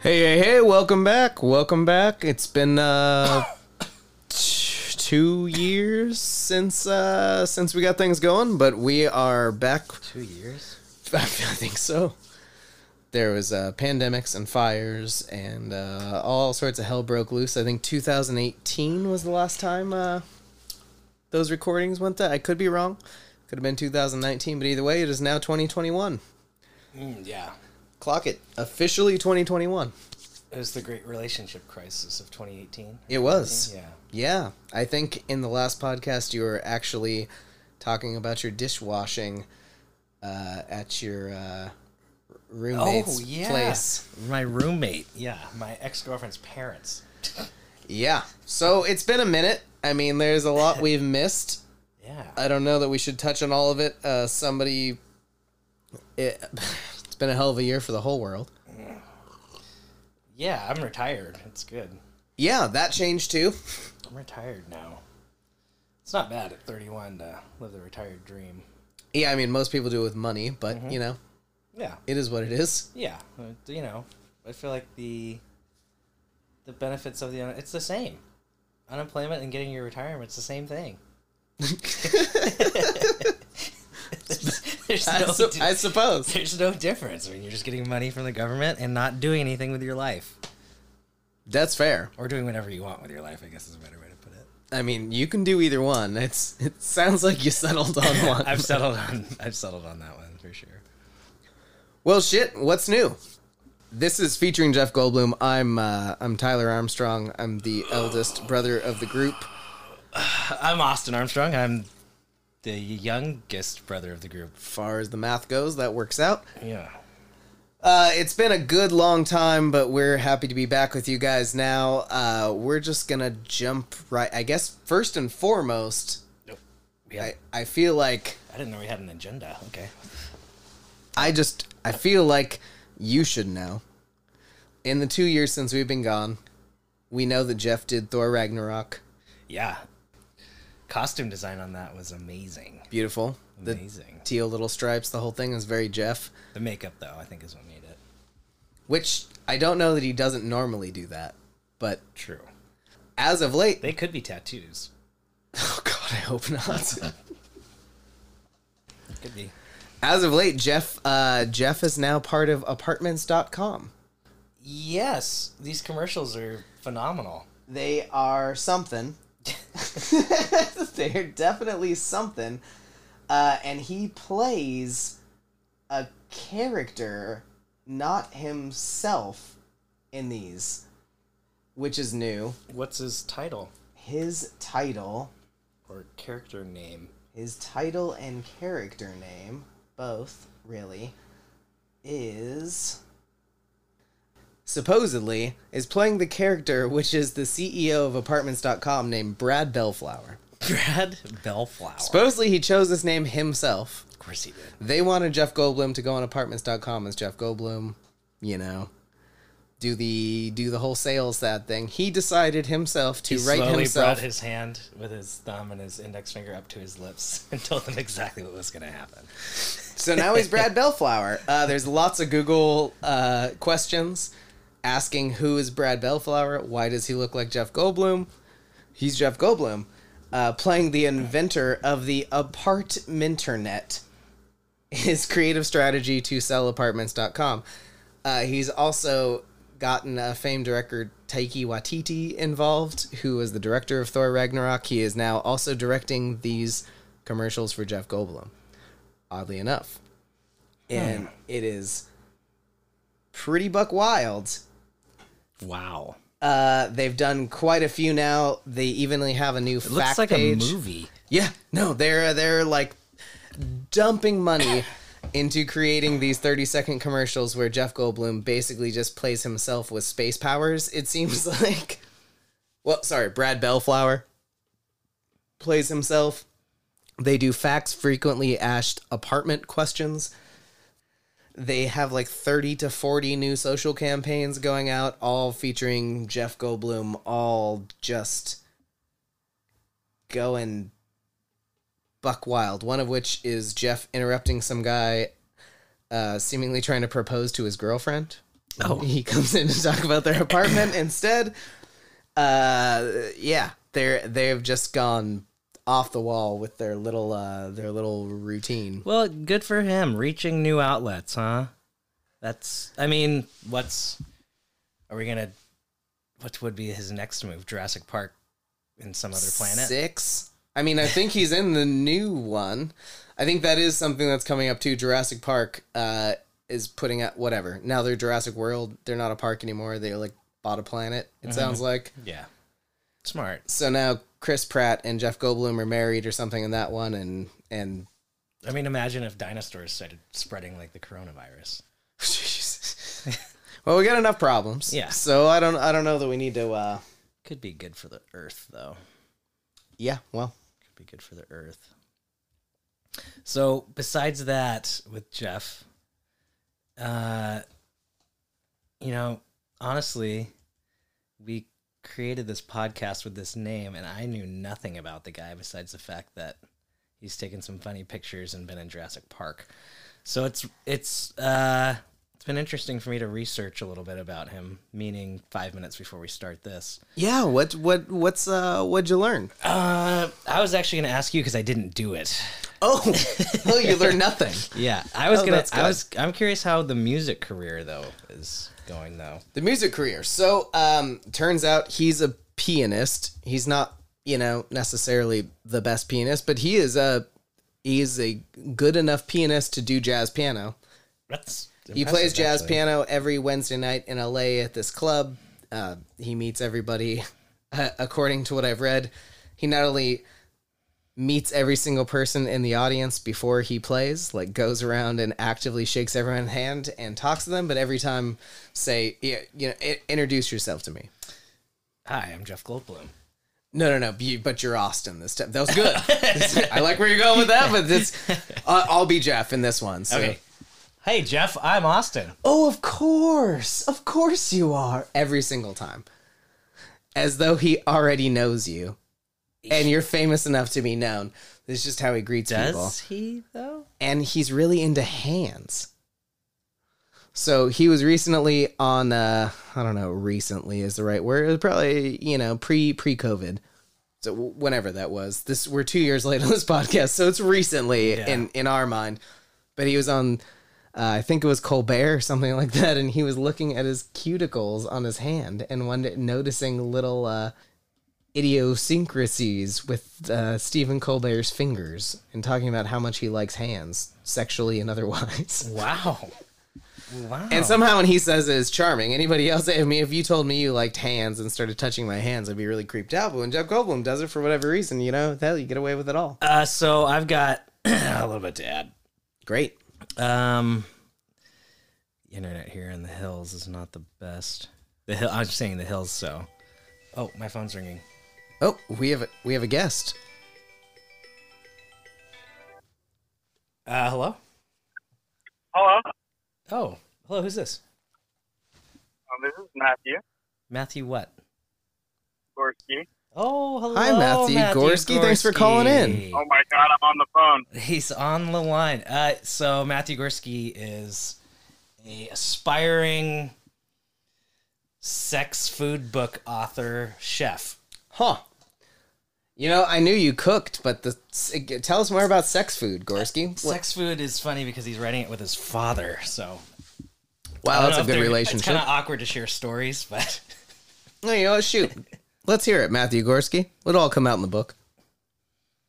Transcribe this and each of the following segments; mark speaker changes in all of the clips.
Speaker 1: Hey, hey, hey, welcome back. Welcome back. It's been uh t- 2 years since uh since we got things going, but we are back.
Speaker 2: Two years?
Speaker 1: I think so. There was uh pandemics and fires and uh all sorts of hell broke loose. I think 2018 was the last time uh those recordings went that. I could be wrong. Could have been 2019, but either way, it is now 2021.
Speaker 2: Mm, yeah.
Speaker 1: Clock it. Officially 2021.
Speaker 2: It was the great relationship crisis of 2018.
Speaker 1: It was.
Speaker 2: Yeah.
Speaker 1: Yeah. I think in the last podcast, you were actually talking about your dishwashing uh, at your uh, roommate's place.
Speaker 2: My roommate. Yeah. My ex girlfriend's parents.
Speaker 1: Yeah. So it's been a minute. I mean, there's a lot we've missed.
Speaker 2: Yeah.
Speaker 1: I don't know that we should touch on all of it. Uh, somebody. It, it's been a hell of a year for the whole world.
Speaker 2: yeah, I'm retired. It's good.
Speaker 1: Yeah, that changed too.
Speaker 2: I'm retired now. It's not bad at 31 to live the retired dream.
Speaker 1: Yeah, I mean, most people do it with money, but, you know,
Speaker 2: Yeah.
Speaker 1: it is what it is.
Speaker 2: Yeah. Uh, You know, I feel like the the benefits of the un- it's the same. Unemployment and getting your retirement's the same thing. there's, there's
Speaker 1: I,
Speaker 2: no
Speaker 1: su-
Speaker 2: di-
Speaker 1: I suppose.
Speaker 2: There's no difference. I mean, you're just getting money from the government and not doing anything with your life,
Speaker 1: That's fair.
Speaker 2: or doing whatever you want with your life. I guess is a better way to put it.
Speaker 1: I mean, you can do either one. It's it sounds like you settled on one.
Speaker 2: I've settled on I've settled on that one for sure.
Speaker 1: well, shit. What's new? This is featuring Jeff Goldblum. I'm uh, I'm Tyler Armstrong. I'm the eldest brother of the group.
Speaker 2: I'm Austin Armstrong. I'm the youngest brother of the group.
Speaker 1: Far as the math goes, that works out.
Speaker 2: Yeah.
Speaker 1: Uh, it's been a good long time, but we're happy to be back with you guys now. Uh, we're just gonna jump right. I guess first and foremost,
Speaker 2: Nope. Yeah.
Speaker 1: I, I feel like
Speaker 2: I didn't know we had an agenda. Okay.
Speaker 1: I just I feel like you should know. In the two years since we've been gone, we know that Jeff did Thor Ragnarok.
Speaker 2: Yeah. Costume design on that was amazing.
Speaker 1: Beautiful. The
Speaker 2: Amazing.
Speaker 1: teal little stripes, the whole thing is very Jeff.
Speaker 2: The makeup though, I think is what made it.
Speaker 1: Which I don't know that he doesn't normally do that. But
Speaker 2: True.
Speaker 1: as of late
Speaker 2: They could be tattoos.
Speaker 1: Oh god, I hope not.
Speaker 2: Could be.
Speaker 1: as of late, Jeff uh, Jeff is now part of apartments.com.
Speaker 2: Yes, these commercials are phenomenal.
Speaker 1: They are something. They're definitely something. Uh, and he plays a character, not himself, in these, which is new.
Speaker 2: What's his title
Speaker 1: His title,
Speaker 2: or character name?
Speaker 1: his title and character name, both really, is supposedly is playing the character which is the CEO of apartments.com named Brad Bellflower.
Speaker 2: Brad Bellflower.
Speaker 1: Supposedly he chose this name himself.
Speaker 2: of course he did.
Speaker 1: They wanted Jeff Goldblum to go on apartments.com as Jeff Goldblum, you know, do the do the whole sales sad thing. He decided himself to
Speaker 2: He
Speaker 1: write
Speaker 2: slowly
Speaker 1: himself
Speaker 2: brought his hand with his thumb and his index finger up to his lips and told them exactly what was going to happen.
Speaker 1: So now he's Brad Bellflower. Uh, there's lots of Google uh, questions asking who is Brad Bellflower? Why does he look like Jeff Goldblum? He's Jeff Goldblum, uh, playing the inventor of the Apartminternet, his creative strategy to sell apartments.com. Uh, he's also gotten uh, famed director Taiki Watiti involved, who was the director of Thor Ragnarok. He is now also directing these commercials for Jeff Goldblum. Oddly enough,
Speaker 3: Hmm.
Speaker 1: and it is pretty buck wild
Speaker 3: Wow.
Speaker 1: uh, they've done quite a few now. They evenly have a new
Speaker 3: It
Speaker 1: fact
Speaker 3: looks like
Speaker 1: page.
Speaker 3: a movie.
Speaker 1: Yeah, no, they're uh, they're like dumping money into creating these 30 second commercials where Jeff Goldblum basically just plays himself with space powers. It seems like, well, sorry, Brad Bellflower plays himself. They do facts frequently asked apartment questions. They have like 30 to 40 new social campaigns going out, all featuring Jeff Goldblum, all just going buck wild. One of which is Jeff interrupting some guy, uh, seemingly trying to propose to his girlfriend.
Speaker 3: Oh.
Speaker 1: he comes in to talk about their apartment instead. Uh, yeah, they're they've just gone off the wall with their little uh, their little routine.
Speaker 3: Well, good for him reaching new outlets, huh?
Speaker 2: That's. I mean, what's? Are we gonna? What would be his next move? Jurassic Park, in some other planet.
Speaker 1: Six. I mean, I think he's in the new one. I think that is something that's coming up too. Jurassic Park uh, is putting out whatever. Now they're Jurassic World. They're not a park anymore. They like bought a planet. It sounds like.
Speaker 2: Yeah. Smart.
Speaker 1: So now Chris Pratt and Jeff Goldblum are married or something in that one, and and
Speaker 2: I mean, imagine if dinosaurs started spreading like the coronavirus.
Speaker 1: well, we got enough problems.
Speaker 2: Yeah.
Speaker 1: So I don't I don't know that we need to. uh
Speaker 2: Could be good for the Earth, though.
Speaker 1: Yeah. Well.
Speaker 2: Could be good for the Earth. So, besides that, with Jeff, uh, you know, honestly, we created this podcast with this name, and I knew nothing about the guy besides the fact that he's taken some funny pictures and been in Jurassic Park. So it's it's uh, it's been interesting for me to research a little bit about him. Meaning, five minutes before we start this.
Speaker 1: Yeah. What what what's uh what'd you learn?
Speaker 2: Uh, I was actually going to ask you because I didn't do it.
Speaker 1: Oh, oh, you learned nothing.
Speaker 2: Yeah, I was
Speaker 1: Oh,
Speaker 2: gonna.
Speaker 1: that's
Speaker 2: I
Speaker 1: good.
Speaker 2: was. I'm curious how the music career though is going though.
Speaker 1: the music career. So, um, turns out he's a pianist. He's not, you know, necessarily the best pianist, but he is a he is a good enough pianist to do jazz piano.
Speaker 2: That's
Speaker 1: He plays jazz piano every Wednesday night in LA at this club. Uh, he meets everybody, uh, according to what I've read. He not only meets every single person in the audience before he plays, like goes around and actively shakes everyone's hand and talks to them, but every time say, yeah, you know, "I- introduce yourself to me.
Speaker 2: Hi, I'm Jeff Goldblum.
Speaker 1: No, no, no. But, you, but you're Austin this time. That was good. I like where you're going with that, but this, uh, I'll be Jeff in this one. So.
Speaker 2: Okay. Hey Jeff, I'm Austin.
Speaker 1: Oh, of course. Of course you are. Every single time. As though he already knows you. And you're famous enough to be known. This is just how he greets people.
Speaker 2: he though?
Speaker 1: And he's really into hands. So he was recently on uh I don't know, recently is the right word. It was probably, you know, pre pre COVID. So w- whenever that was. This we're 2 years late on this podcast, so it's recently
Speaker 2: Yeah.
Speaker 1: in in our mind. But he was on uh, I think it was Colbert or something like that, and he was looking at his cuticles on his hand and one noticing little uh, idiosyncrasies with uh, Stephen Colbert's fingers and talking about how much he likes hands, sexually and otherwise.
Speaker 2: Wow. Wow.
Speaker 1: And somehow, when he says it is charming, anybody else, I mean, if you told me you liked hands and started touching my hands, I'd be really creeped out. But when Jeff Goldblum does it for whatever reason, you know, hell, you get away with it all.
Speaker 2: uh, so I've got a little bit to add.
Speaker 1: Great.
Speaker 2: Um, the internet here in the hills is not the best. The hill. I'm just saying the hills. So. Oh, my phone's ringing.
Speaker 1: Oh, we have a, we have a guest.
Speaker 2: Uh, hello.
Speaker 4: Hello,
Speaker 2: Oh, hello. Who's this?
Speaker 4: um, this is Matthew
Speaker 2: Matthew what?
Speaker 4: Gorski.
Speaker 2: Oh, hello.
Speaker 1: Hi, Matthew Gorski. Thanks for calling in.
Speaker 4: Oh my God, I'm on the phone.
Speaker 2: He's on the line. Uh, so Matthew Gorski is a aspiring sex food book author chef.
Speaker 1: Huh. You know, I knew you cooked, but the tell us more about sex food, Gorski.
Speaker 2: Sex food is funny because he's writing it with his father. So I
Speaker 1: wow,
Speaker 2: don't
Speaker 1: Oh, that's
Speaker 2: know
Speaker 1: a good
Speaker 2: if they're- It's
Speaker 1: relationship.
Speaker 2: kind of awkward to share stories, but
Speaker 1: No, you know, what, shoot. Let's hear it, Matthew Gorski. It'll all come out in the book.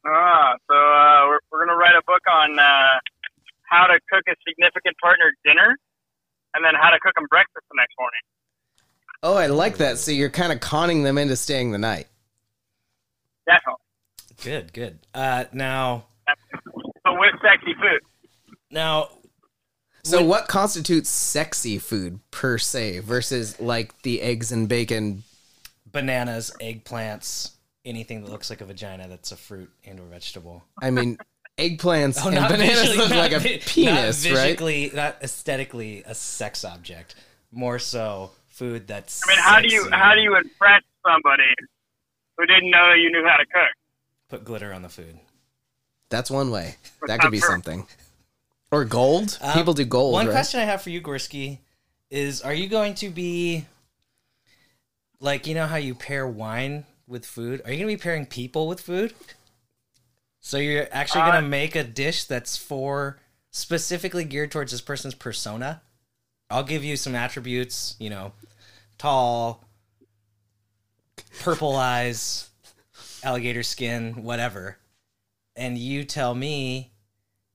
Speaker 4: Ah, so uh, we're uh, to cook a significant partner dinner, and then how to cook them breakfast the next morning.
Speaker 1: Oh, I like that. So you're kind of conning them into staying the night.
Speaker 4: Definitely.
Speaker 2: Good, good. Uh, now,
Speaker 4: But with sexy food.
Speaker 2: now,
Speaker 1: So what constitutes sexy food per se versus like the eggs and bacon?
Speaker 2: bananas, eggplants, anything that looks like a vagina that's a fruit and or vegetable.
Speaker 1: I mean, eggplants and bananas
Speaker 2: visually-
Speaker 1: look
Speaker 2: Oh, not
Speaker 1: like a
Speaker 2: vi-
Speaker 1: penis,
Speaker 2: not
Speaker 1: right?
Speaker 2: physically, Not aesthetically a sex object. More so, food that's.
Speaker 4: I mean, how do you
Speaker 2: sexy.
Speaker 4: how do you impress somebody who didn't know you knew how to cook?
Speaker 2: put glitter on the food?
Speaker 1: That's one way.
Speaker 4: But
Speaker 1: That could
Speaker 4: not
Speaker 1: be
Speaker 4: sure.
Speaker 1: something. Or gold.
Speaker 2: Um,
Speaker 1: People do gold.
Speaker 2: One
Speaker 1: right?
Speaker 2: question I have for you, Gorski, is: Are you going to be like you know how you pair wine with food? Are you going to be pairing people with food? So you're actually going
Speaker 4: Uh,
Speaker 2: to make a dish that's for specifically geared towards this person's persona. I'll give you some attributes. You know, tall, purple eyes, alligator skin, whatever. And you tell me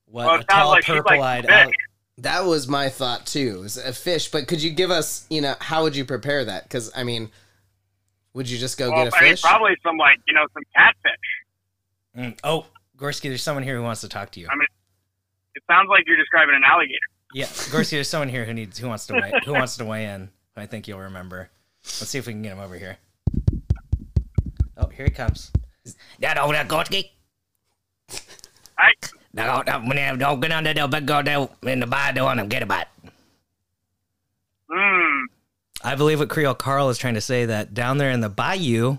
Speaker 2: what
Speaker 4: Well, it
Speaker 2: a
Speaker 4: sounds
Speaker 2: tall,
Speaker 4: like she's like
Speaker 2: purple-eyed.
Speaker 4: Vic.
Speaker 2: al-
Speaker 1: That was my thought too. Is a fish, but could you give us, you know, how would you prepare that? Because I mean, would you just go
Speaker 4: well,
Speaker 1: get a
Speaker 4: I mean,
Speaker 1: fish?
Speaker 4: probably some like you know some catfish.
Speaker 2: Mm. Oh, Gorski, there's someone here who wants to talk to you.
Speaker 4: I mean, it sounds like you're describing an alligator.
Speaker 2: Yeah, Gorski, there's someone here who needs who wants to weigh, who wants to weigh in. I think you'll remember. Let's see if we can get him over here. Oh, here he comes.
Speaker 3: That old Gorski.
Speaker 4: I
Speaker 3: Now don't get under there, big girl there in the bar door and get about.
Speaker 4: mm,
Speaker 2: I believe what Creole Carl is trying to say that down there in the bayou,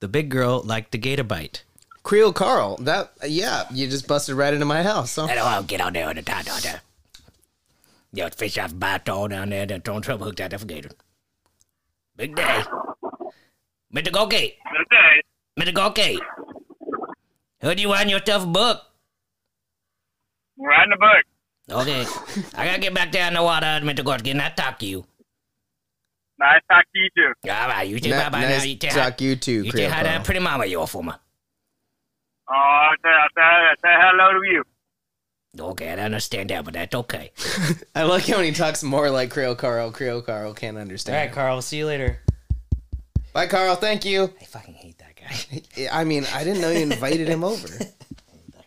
Speaker 2: the big girl liked to gator bite.
Speaker 1: Creole Carl. That yeah, you just busted right into my house. Huh?
Speaker 3: That old oh, get on there on the top door there. Yo, fish off bar door down there, that don't trouble hooked out there for gator. Big day. Mr. Gorski.
Speaker 4: okay.
Speaker 3: Mr. Gorky, who do you want in your tough book?
Speaker 4: We're riding a book.
Speaker 3: Okay, I gotta get back down in the water, Mr. Gorky, and I talk to you.
Speaker 4: Nice talk to you too.
Speaker 3: All right, you too,
Speaker 1: Na-
Speaker 3: bye bye
Speaker 1: nice
Speaker 3: now. You take
Speaker 1: talk you too,
Speaker 3: you
Speaker 1: Creole
Speaker 3: take how
Speaker 1: Carl.
Speaker 3: that pretty mama you are for me.
Speaker 4: Oh, I'll say, I'll say, I'll say hello to you.
Speaker 3: Okay, I understand that, but that's okay.
Speaker 1: I like how when he talks more like Creole Carl. Creole Carl can't
Speaker 2: All right,
Speaker 1: understand.
Speaker 2: Carl. We'll see you later.
Speaker 1: Bye, Carl. Thank you.
Speaker 2: I fucking hate that guy.
Speaker 1: I mean, I didn't know you invited him over.
Speaker 2: that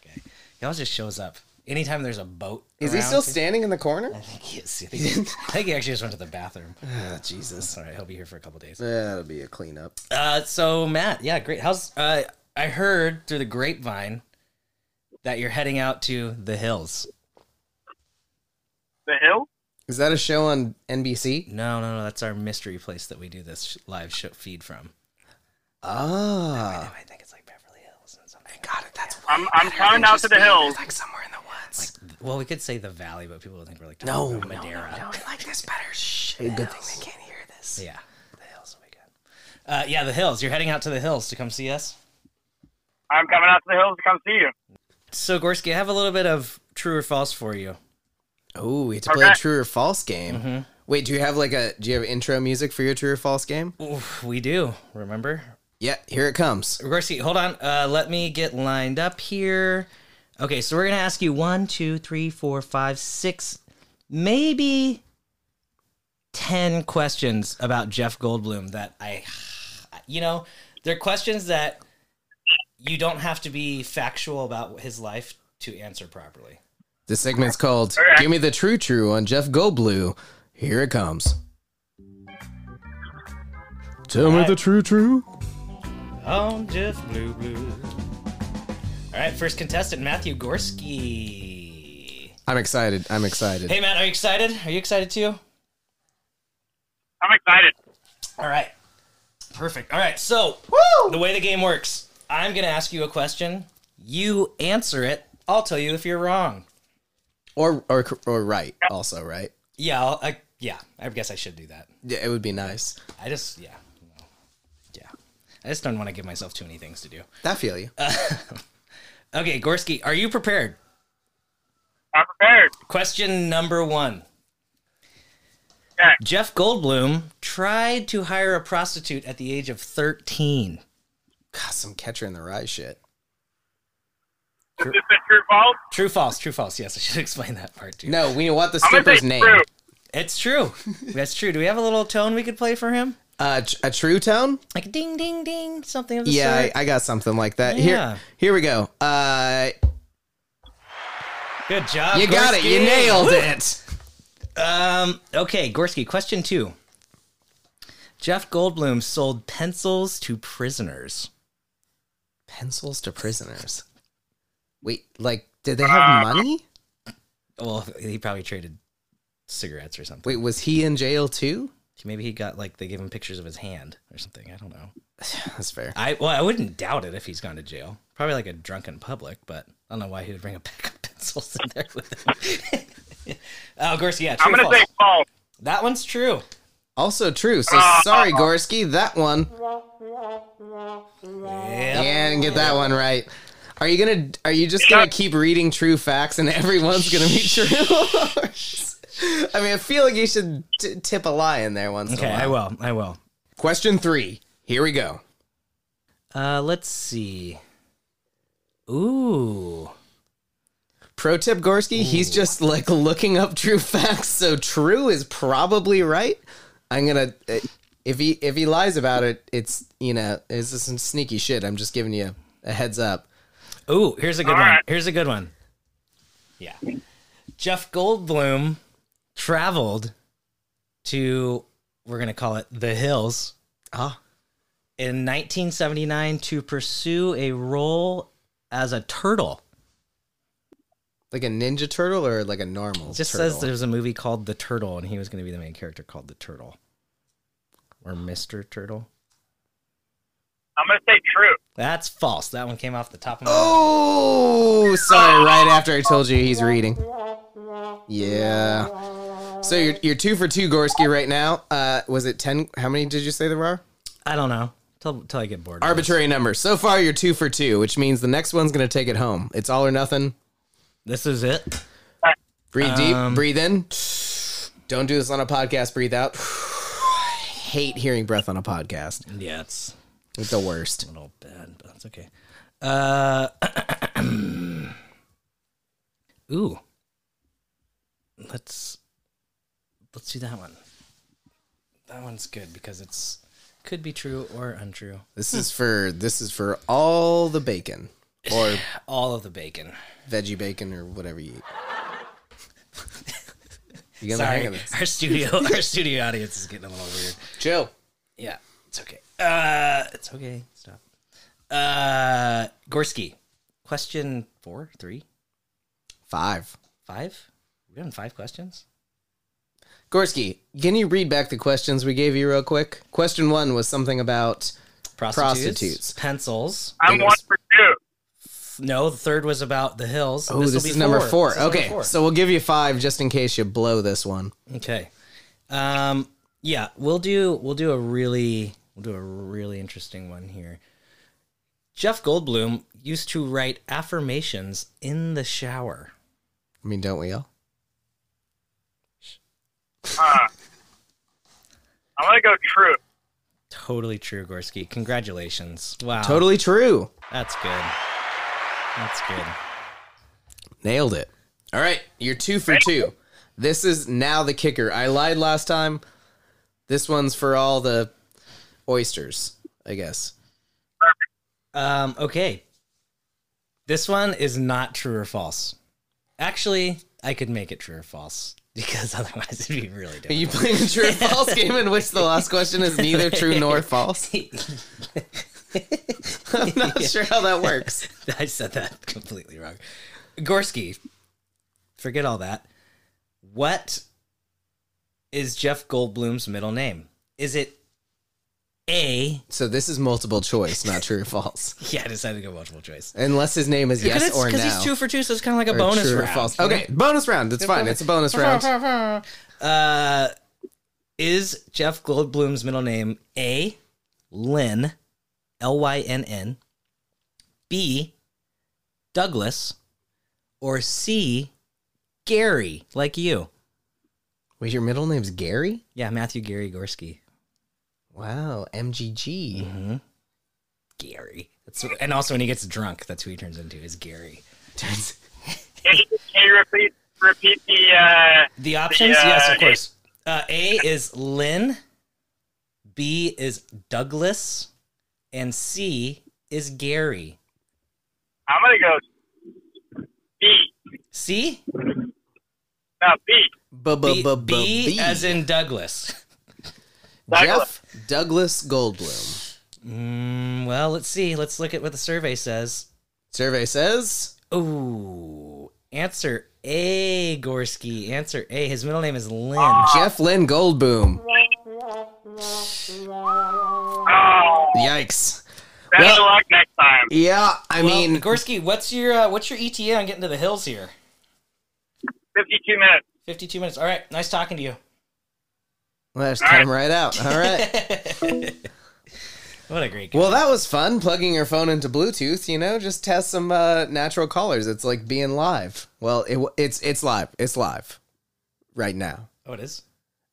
Speaker 2: guy. He always just shows up. Anytime there's a boat.
Speaker 1: Is he
Speaker 2: around,
Speaker 1: still standing in the corner?
Speaker 2: I think he is. I think he actually just went to the bathroom.
Speaker 1: Ah, Jesus,
Speaker 2: All right, he'll be here for a couple days.
Speaker 1: that'll be a cleanup.
Speaker 2: Uh, so Matt, yeah, great. How's uh, I heard through the grapevine that you're heading out to the hills.
Speaker 4: The hill?
Speaker 1: Is that a show on NBC?
Speaker 2: No, no, no, that's our mystery place that we do this sh- live show feed from.
Speaker 1: Ah,
Speaker 2: I think it's like Beverly Hills and something.
Speaker 1: got it. That's
Speaker 4: I'm I'm coming out to the hills.
Speaker 1: like somewhere in the woods.
Speaker 2: Well, we could say the valley, but people would think we're like
Speaker 1: No,
Speaker 2: talking
Speaker 1: no,
Speaker 2: about Madeira.
Speaker 1: I like this better. Shh. Good thing they can't hear this.
Speaker 2: Yeah, the hills will be good. Uh, yeah, the hills. You're heading out to the hills to come see us.
Speaker 4: I'm coming out to the hills to come see you.
Speaker 2: So Gorski, I have a little bit of true or false for you.
Speaker 1: Oh, we have to play a
Speaker 4: Okay.
Speaker 1: true or false game. Wait, do you have like a do you have intro music for your true or false game?
Speaker 2: Oof, we do. Remember,
Speaker 1: Yeah, here it comes.
Speaker 2: Gorski, hold on. Uh, let me get lined up here. Okay, so we're gonna ask you one, two, three, four, five, six, maybe ten questions about Jeff Goldblum. That I, you know, they're questions that you don't have to be factual about his life to answer properly.
Speaker 1: The segment's called
Speaker 4: Okay.
Speaker 1: "Give Me the True True" on Jeff Goldblue. Here it comes. Tell me the true true.
Speaker 2: Oh, Jeff Blue Blue. All right, first contestant, Matthew Gorski.
Speaker 1: I'm excited. I'm excited.
Speaker 2: Hey, Matt, are you excited? Are you excited too?
Speaker 4: I'm excited.
Speaker 2: All right. Perfect. All right. So, the way the game works, I'm going to ask you a question. You answer it. I'll tell you if you're wrong.
Speaker 1: Or or or right also right.
Speaker 2: Yeah, I'll, I, yeah. I guess I should do that.
Speaker 1: Yeah, it would be nice.
Speaker 2: I just yeah. no. Yeah. I just don't want to give myself too many things to do.
Speaker 1: That feel you.
Speaker 2: Okay, Gorski, are you prepared?
Speaker 4: I'm prepared.
Speaker 2: Question number 1.
Speaker 4: Okay.
Speaker 2: Jeff Goldblum tried to hire a prostitute at the age of 13.
Speaker 1: God, some catcher in the rye shit.
Speaker 4: Is this a true false?
Speaker 2: True, false, true, false. Yes, I should explain that part too.
Speaker 1: No, we want the
Speaker 4: I'm gonna
Speaker 1: stripper's
Speaker 4: say
Speaker 1: name.
Speaker 4: true.
Speaker 2: It's true. That's true. Do we have a little tone we could play for him?
Speaker 1: Uh, tr- a true tone?
Speaker 2: Like a ding, ding, ding, something of the
Speaker 1: Yeah, I,
Speaker 2: sort.
Speaker 1: I got something like that.
Speaker 2: Yeah.
Speaker 1: Here, here we go. Uh,
Speaker 2: Good job.
Speaker 1: you got it. You
Speaker 2: Gorski.
Speaker 1: nailed it.
Speaker 2: Um, okay, Gorski, question two. Jeff Goldblum sold pencils to prisoners.
Speaker 1: Pencils to prisoners. Wait, like, did they have money?
Speaker 2: Well, he probably traded cigarettes or something.
Speaker 1: Wait, was he in jail too?
Speaker 2: Maybe he got like they gave him pictures of his hand or something. I don't know.
Speaker 1: That's fair.
Speaker 2: I well, I wouldn't doubt it if he's gone to jail. Probably like a drunken public, but I don't know why he would bring a pack of pencils in there with him. oh, Gorski, yeah, true
Speaker 4: I'm gonna
Speaker 2: false.
Speaker 4: say false.
Speaker 2: that one's true.
Speaker 1: Oh, Also true. So sorry, Gorski. That one.
Speaker 2: Yeah.
Speaker 1: Yeah, I didn't get that one right. Are you gonna? Are you just gonna keep reading true facts and everyone's gonna be true? I mean, I feel like you should t- tip a lie in there once
Speaker 2: Okay,
Speaker 1: in a while.
Speaker 2: I will. I will.
Speaker 1: Question three. Here we go.
Speaker 2: Uh, let's see. Ooh.
Speaker 1: Pro tip Gorski, he's just like looking up true facts, so true is probably right. I'm gonna uh, if he if he lies about it, it's you know, this is some sneaky shit. I'm just giving you a heads up.
Speaker 2: Ooh, here's a good one.
Speaker 4: right.
Speaker 2: Here's a good one. Yeah. Jeff Goldblum traveled to we're going to call it the hills
Speaker 1: Ah,
Speaker 2: in 1979 to pursue a role as a turtle.
Speaker 1: like a ninja turtle or like a normal.
Speaker 2: It just
Speaker 1: turtle?
Speaker 2: says there was a movie called The Turtle and he was going to be the main character called The Turtle. Or Mr. Turtle.
Speaker 4: I'm gonna say true.
Speaker 2: That's false. That one came off the top of my
Speaker 1: Oh, sorry. Right after I told you he's reading. Yeah. So you're you're two for two, Gorski, right now. Uh, was it ten? How many did you say there were?
Speaker 2: I don't know. Till, till I get bored. of this.
Speaker 1: Arbitrary numbers. So far, you're two for two, which means the next one's gonna take it home. It's all or nothing.
Speaker 2: This is it.
Speaker 1: Breathe
Speaker 2: Um,
Speaker 1: deep. Breathe in. Don't do this on a podcast. Breathe out. Hate hearing breath on a podcast.
Speaker 2: Yeah, it's
Speaker 1: It's the worst.
Speaker 2: a little bad, but that's okay. Uh, ooh, let's let's do that one. That one's good because it's could be true or untrue.
Speaker 1: This is for this is for all the bacon or
Speaker 2: All of the bacon.
Speaker 1: veggie bacon or whatever you eat. You get the hang
Speaker 2: Sorry,
Speaker 1: of this.
Speaker 2: our studio our studio audience is getting a little weird.
Speaker 1: Joe.
Speaker 2: Yeah, it's okay. Uh, it's okay. Stop. Uh, Gorski, question four, three,
Speaker 1: Five.
Speaker 2: five. We done five questions.
Speaker 1: Gorski, can you read back the questions we gave you real quick? Question one was something about Prostitutes.
Speaker 2: pencils.
Speaker 4: I'm one for two.
Speaker 2: No, the third was about the hills.
Speaker 1: oh,
Speaker 2: This'll
Speaker 1: this,
Speaker 2: be
Speaker 1: is number four.
Speaker 2: This is number
Speaker 1: okay,
Speaker 2: four.
Speaker 1: so we'll give you five just in case you blow this one.
Speaker 2: okay, um, yeah, we'll do we'll do a really we'll do a really interesting one here. Jeff Goldblum used to write affirmations in the shower.
Speaker 1: I mean, don't we all?
Speaker 4: Uh, I'm gonna go true.
Speaker 2: Totally true, Gorski. Congratulations! Wow,
Speaker 1: Totally true.
Speaker 2: That's good. That's good.
Speaker 1: Nailed it. All right, you're two for two. This is now the kicker. I lied last time. This one's for all the oysters, I guess.
Speaker 2: Um, okay. This one is not true or false. Actually, I could make it true or false because otherwise it'd be really
Speaker 1: Are
Speaker 2: difficult.
Speaker 1: you playing a true or false game in which the last question is neither true nor false? I'm not sure how that works.
Speaker 2: I said that completely wrong. Gorski, forget all that. What is Jeff Goldblum's middle name? Is it A?
Speaker 1: So this is multiple choice, not true or false.
Speaker 2: Yeah, I decided to go multiple choice.
Speaker 1: Unless his name is yes or no.
Speaker 2: Because he's two for two, so it's kind of like a
Speaker 1: Or
Speaker 2: bonus
Speaker 1: true or
Speaker 2: round.
Speaker 1: false.
Speaker 2: you know?
Speaker 1: Okay, bonus round. It's fine. It's a bonus round.
Speaker 2: Uh, is Jeff Goldblum's middle name A. Lynn, L Y N N, B. Douglas, or C. Gary, like you?
Speaker 1: Wait, your middle name's Gary?
Speaker 2: Yeah, Matthew Gary Gorski.
Speaker 1: Wow, MGG.
Speaker 2: Gary. That's, and also when he gets drunk, that's who he turns into is Gary.
Speaker 1: Turns-
Speaker 4: Can you, can you repeat repeat the uh,
Speaker 2: The options?
Speaker 4: Yeah,
Speaker 2: yes, of
Speaker 4: it-
Speaker 2: course. Uh, A is Lynn, B is Douglas, and C is Gary.
Speaker 4: I'm gonna go B.
Speaker 2: C?
Speaker 4: No B.
Speaker 1: bu- bu-
Speaker 2: B,
Speaker 1: bu- bu-
Speaker 2: B
Speaker 1: B.
Speaker 2: as in Douglas.
Speaker 1: Jeff Douglas Goldblum.
Speaker 2: Mm, well, let's see. Let's look at what the survey says.
Speaker 1: Survey says
Speaker 2: Ooh, answer A, Gorski. Answer A. His middle name is Lynn.
Speaker 1: Jeff Lynn Goldblum.
Speaker 4: Oh,
Speaker 1: Yikes.
Speaker 4: better
Speaker 1: Well-
Speaker 4: luck next time.
Speaker 1: Yeah, I
Speaker 2: Well,
Speaker 1: mean,
Speaker 2: Gorski, what's your uh, what's your ETA on getting to the hills here?
Speaker 4: Fifty-two minutes.
Speaker 2: Fifty-two minutes. All right. Nice talking to you.
Speaker 1: let's cut him right out. All right.
Speaker 2: What a great guy.
Speaker 1: Well, that was fun plugging your phone into Bluetooth. You know, just test some uh, natural callers. It's like being live. Well, it, w- it's it's live. It's live right now.
Speaker 2: Oh, it is.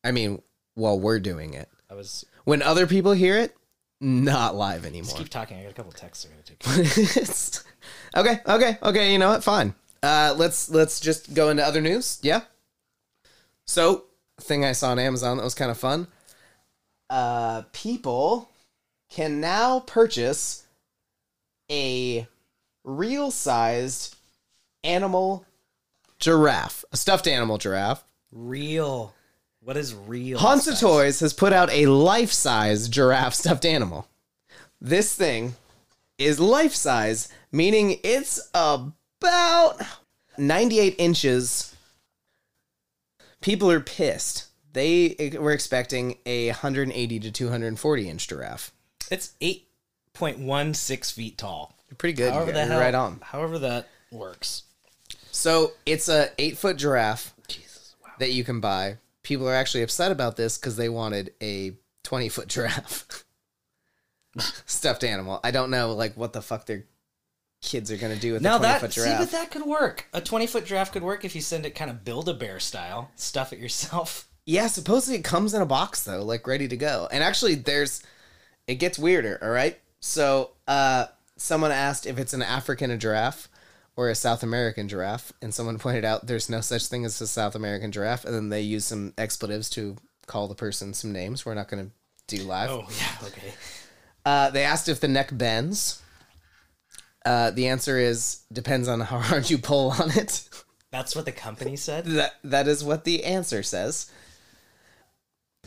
Speaker 1: I mean, while we're doing it,
Speaker 2: I was
Speaker 1: when other people hear it, not live
Speaker 2: just
Speaker 1: anymore.
Speaker 2: keep talking. I got a couple of texts. I gotta take.
Speaker 1: It's- okay, okay, okay. You know what? Fine. Uh, let's let's just go into other news. Yeah. So, thing I saw on Amazon that was kind of fun. Uh, people can now purchase a real sized animal giraffe, a stuffed animal giraffe.
Speaker 2: Real. What is real?
Speaker 1: Hansa
Speaker 2: size?
Speaker 1: Toys has put out a life size giraffe stuffed animal. This thing is life size, meaning it's about 98 inches. People are pissed. They were expecting a 180 to 240 inch giraffe.
Speaker 2: It's eight point one six feet tall.
Speaker 1: You're pretty good.
Speaker 2: However
Speaker 1: You're
Speaker 2: the hell,
Speaker 1: right on.
Speaker 2: However that works.
Speaker 1: So it's a eight foot giraffe
Speaker 2: Jesus. Wow.
Speaker 1: that you can buy. People are actually upset about this because they wanted a 20 foot giraffe stuffed animal. I don't know, like, what the fuck their kids are going to do with
Speaker 2: Now
Speaker 1: a 20 foot
Speaker 2: that see,
Speaker 1: giraffe.
Speaker 2: but that could work. A twenty foot giraffe could work if you send it kind of build a bear style. Stuff it yourself.
Speaker 1: yeah, supposedly it comes in a box, though, like, ready to go. And actually, there's. It gets weirder, all right? So, uh, someone asked if it's an African giraffe or a South American giraffe. And someone pointed out there's no such thing as a South American giraffe. And then they used some expletives to call the person some names. We're not going to do live.
Speaker 2: Oh yeah. Okay.
Speaker 1: Uh, they asked if the neck bends. Uh, the answer is depends on how hard you pull on it.
Speaker 2: That's what the company said.
Speaker 1: that that is what the answer says.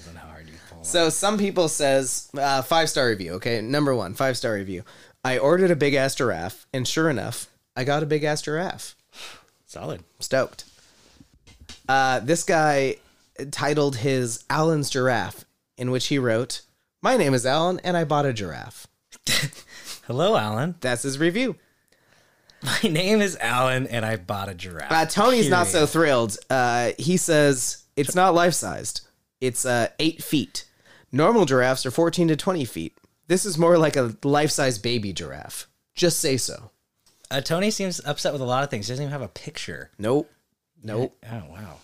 Speaker 2: Then how hard you pull it.
Speaker 1: So some people says uh, five star review. Okay, number one five star review. I ordered a big ass giraffe, and sure enough, I got a big ass giraffe.
Speaker 2: Solid.
Speaker 1: Stoked. Uh, this guy titled his Alan's Giraffe, in which he wrote, "My name is Alan, and I bought a giraffe."
Speaker 2: Hello, Alan.
Speaker 1: That's his review.
Speaker 2: My name is Alan, and I bought a giraffe.
Speaker 1: Uh, Tony's not so thrilled. Uh, he says it's not life sized. It's uh, eight feet. Normal giraffes are fourteen to twenty feet. This is more like a life size baby giraffe. Just say so.
Speaker 2: Uh, Tony seems upset with a lot of things. He doesn't even have a picture.
Speaker 1: Nope. Nope.
Speaker 2: Oh wow.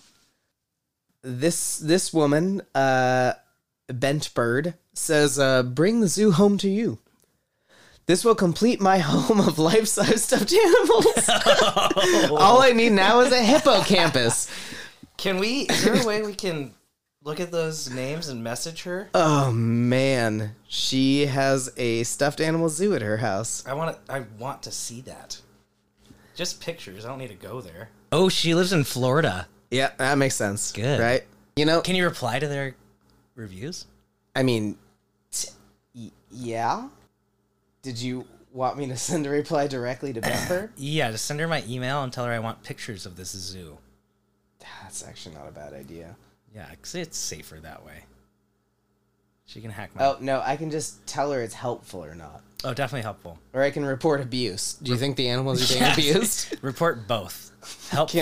Speaker 1: This this woman, uh, Bent Bird, says, uh, "Bring the zoo home to you." This will complete my home of life size stuffed animals. All I need now is a hippocampus.
Speaker 2: Can we? Is there a way we can look at those names and message her?
Speaker 1: Oh man, she has a stuffed animal zoo at her house.
Speaker 2: I want to. I want to see that. Just pictures. I don't need to go there. Oh, she lives in Florida.
Speaker 1: Yeah, that makes sense.
Speaker 2: Good.
Speaker 1: right? You know,
Speaker 2: Can you reply to their reviews?
Speaker 1: I mean, t- y- yeah. Did you want me to send a reply directly to Bumper?
Speaker 2: Yeah, just send her my email and tell her I want pictures of this zoo.
Speaker 1: That's actually not a bad idea.
Speaker 2: Yeah, 'cause it's safer that way. She can hack my.
Speaker 1: Oh no, I can just tell her it's helpful or not,
Speaker 2: oh definitely helpful.
Speaker 1: or I can report abuse. Do you think the animals are being abused?
Speaker 2: Report both. Helpful.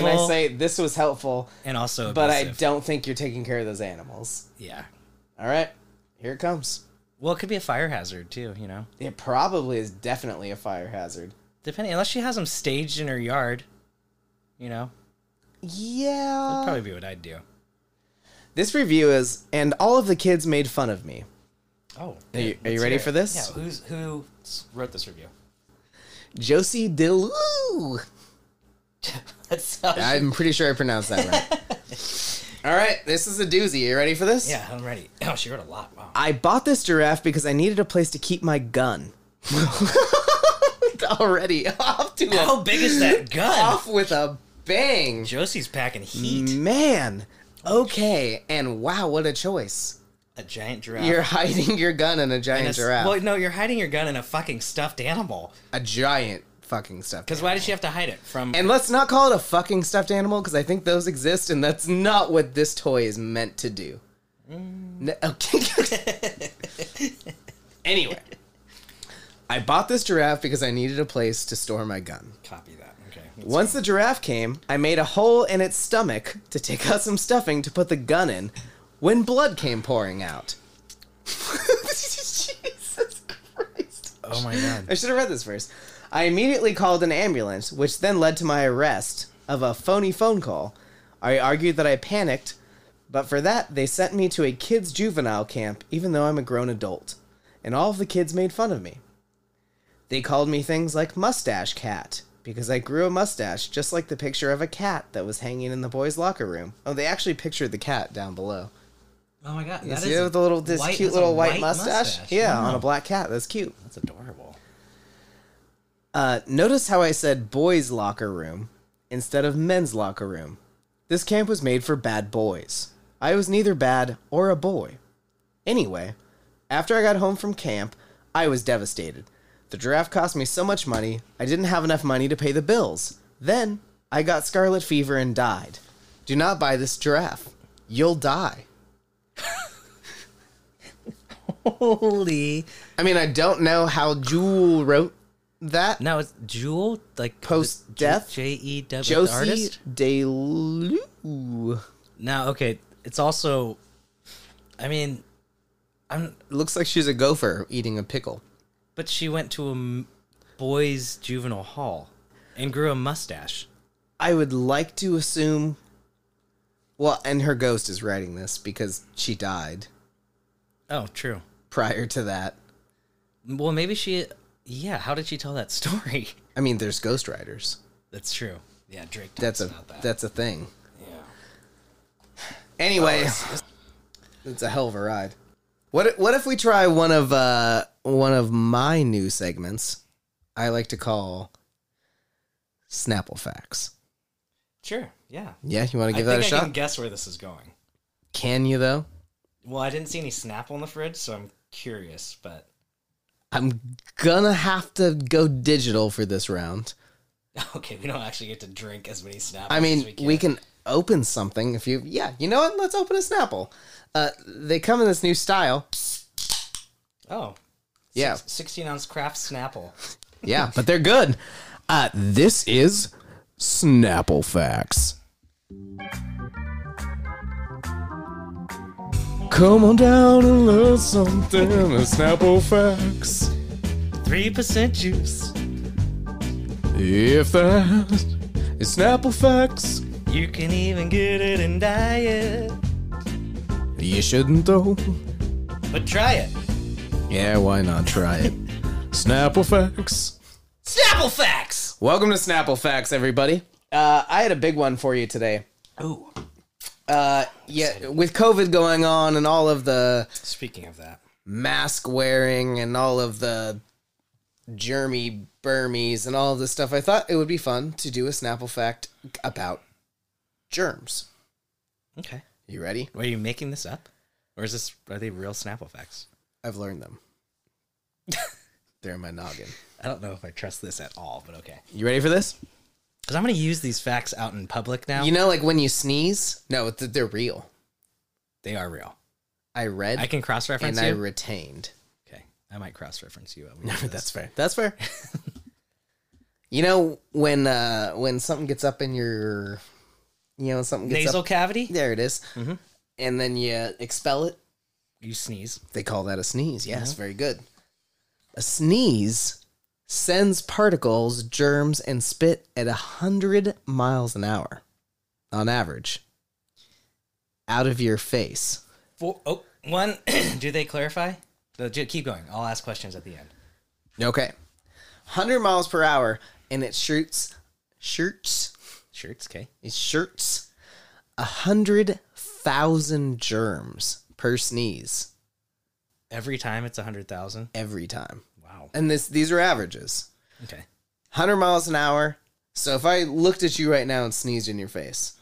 Speaker 1: Can I say this was helpful,
Speaker 2: And also,
Speaker 1: but I
Speaker 2: abusive.
Speaker 1: don't think you're taking care of those animals?
Speaker 2: Yeah.
Speaker 1: All right, here it comes.
Speaker 2: Well, it could be a fire hazard too. You know.
Speaker 1: It probably is definitely a fire hazard.
Speaker 2: depending unless she has them staged in her yard you know
Speaker 1: Yeah.
Speaker 2: that'd probably be what i'd do
Speaker 1: This review is, and all of the kids made fun of me.
Speaker 2: oh
Speaker 1: Are you, are you ready for this?
Speaker 2: yeah who's who s- wrote this review
Speaker 1: Josie Dilloo.
Speaker 2: That's how I should-
Speaker 1: I'm pretty sure I pronounced that right. All right, this is a doozy. You ready for this?
Speaker 2: yeah, I'm ready. Oh, she wrote a lot. Wow.
Speaker 1: I bought this giraffe because I needed a place to keep my gun. Already off to a,
Speaker 2: How big is that gun?
Speaker 1: off with a bang.
Speaker 2: Josie's packing heat.
Speaker 1: Man. Okay, and wow, what a choice.
Speaker 2: Mm. A giant giraffe.
Speaker 1: You're hiding your gun in a
Speaker 2: And
Speaker 1: giant
Speaker 2: it's-
Speaker 1: giraffe.
Speaker 2: Well, no, you're hiding your gun in a fucking stuffed animal.
Speaker 1: A giant fucking stuffed
Speaker 2: Because why did she have to hide it from?
Speaker 1: Um, And let's not call it a fucking stuffed animal because I think those exist, and that's not what this toy is meant to do. No- okay. anyway, I bought this giraffe because I needed a place to store my gun.
Speaker 2: copy that. Okay.
Speaker 1: Once the giraffe came, I made a hole in its stomach to take out some stuffing to put the gun in when blood came pouring out. Jesus Christ.
Speaker 2: Oh my god.
Speaker 1: I should have read this first. I immediately called an ambulance, which then led to my arrest of a phony phone call. I argued that I panicked, but for that, they sent me to a kids' juvenile camp, even though I'm a grown adult. And all of the kids made fun of me. They called me things like mustache cat, because I grew a mustache just like the picture of a cat that was hanging in the boys' locker room. Oh, they actually pictured the cat down below.
Speaker 2: Oh my god.
Speaker 1: You
Speaker 2: That
Speaker 1: see
Speaker 2: is
Speaker 1: it with the little, this
Speaker 2: white-
Speaker 1: cute
Speaker 2: that's a
Speaker 1: little white, mustache? Yeah,
Speaker 2: Wow.
Speaker 1: on a black cat. That's cute.
Speaker 2: That's adorable.
Speaker 1: Uh, notice how I said boys' locker room instead of men's locker room. This camp was made for bad boys. I was neither bad or a boy. Anyway, after I got home from camp, I was devastated. The giraffe cost me so much money, I didn't have enough money to pay the bills. Then, I got scarlet fever and died. Do not buy this giraffe. You'll die.
Speaker 2: Holy.
Speaker 1: I mean, I don't know how Jewel wrote that.
Speaker 2: Now it's Jewel, like
Speaker 1: Post-death?
Speaker 2: J E W
Speaker 1: Josie
Speaker 2: artist.
Speaker 1: DeLu.
Speaker 2: Now, okay, it's also. I mean, I'm.
Speaker 1: Looks like she's a gopher eating a pickle.
Speaker 2: But she went to a m- boys' juvenile hall and grew a mustache.
Speaker 1: I would like to assume. Well, and her ghost is writing this because she died
Speaker 2: Oh, true.
Speaker 1: prior to that.
Speaker 2: Well, maybe she. Yeah, how did she tell that story?
Speaker 1: I mean, there's ghost writers.
Speaker 2: That's true. Yeah, Drake. Talks
Speaker 1: That's a
Speaker 2: about that.
Speaker 1: that's a thing.
Speaker 2: yeah.
Speaker 1: Anyway,
Speaker 2: Oh,
Speaker 1: it's a hell of a ride. What if- what if we try one of uh one of my new segments? I like to call Snapple facts.
Speaker 2: Sure. Yeah.
Speaker 1: Yeah, you want to give
Speaker 2: I
Speaker 1: that a
Speaker 2: think I
Speaker 1: shot?
Speaker 2: can guess where this is going.
Speaker 1: can you though?
Speaker 2: Well, I didn't see any Snapple in the fridge, so I'm curious. But
Speaker 1: I'm gonna have to go digital for this round.
Speaker 2: okay, we don't actually get to drink as many Snapples.
Speaker 1: I
Speaker 2: as
Speaker 1: mean,
Speaker 2: we
Speaker 1: we
Speaker 2: can.
Speaker 1: can. open something if you. Yeah, you know what? Let's open a Snapple. Uh, they come in this new style.
Speaker 2: Oh,
Speaker 1: Yeah,
Speaker 2: six- sixteen ounce craft Snapple.
Speaker 1: yeah, but they're good. Uh, this is Snapple Facts. Come on down and learn something at Snapple Facts.
Speaker 2: Three percent juice.
Speaker 1: If that is Snapple Facts,
Speaker 2: You can even get it in diet.
Speaker 1: you shouldn't though.
Speaker 2: But try it.
Speaker 1: Yeah, why not try it? Snapple Facts.
Speaker 2: Snapple facts.
Speaker 1: Welcome to Snapple Facts, everybody. Uh, I had a big one for you today.
Speaker 2: Ooh.
Speaker 1: Uh, yeah, with COVID going on and all of the
Speaker 2: Speaking of that,
Speaker 1: mask wearing and all of the germy Burmese and all of this stuff, I thought it would be fun to do a Snapple Fact about germs.
Speaker 2: okay.
Speaker 1: You ready?
Speaker 2: Were you making this up, or is this are they real Snapple facts?
Speaker 1: I've learned them. They're in my noggin.
Speaker 2: I don't know if I trust this at all, but okay.
Speaker 1: You ready for this?
Speaker 2: Because I'm gonna use these facts out in public now.
Speaker 1: You know, like when you sneeze? No, th- they're real.
Speaker 2: they are real.
Speaker 1: I read
Speaker 2: I can cross
Speaker 1: and
Speaker 2: reference
Speaker 1: I
Speaker 2: you.
Speaker 1: retained.
Speaker 2: okay, I might cross reference you.
Speaker 1: That's fair. That's fair. you know when uh when something gets up in your you know something gets
Speaker 2: Nasal
Speaker 1: up
Speaker 2: cavity.
Speaker 1: there it is. And then you expel it.
Speaker 2: You sneeze.
Speaker 1: They call that a sneeze. Yes, very good. A sneeze sends particles, germs and spit at 100 miles an hour on average out of your face.
Speaker 2: Four, oh, one. do they clarify? No, ju- keep going. I'll ask questions at the end.
Speaker 1: Okay. 100 miles per hour and it shoots shoots
Speaker 2: Shirts, okay.
Speaker 1: His shirts. A hundred thousand germs per sneeze
Speaker 2: Every time it's a hundred thousand.
Speaker 1: every time.
Speaker 2: Wow.
Speaker 1: And this these are averages.
Speaker 2: Okay.
Speaker 1: Hundred miles an hour. So if I looked at you right now and sneezed in your face,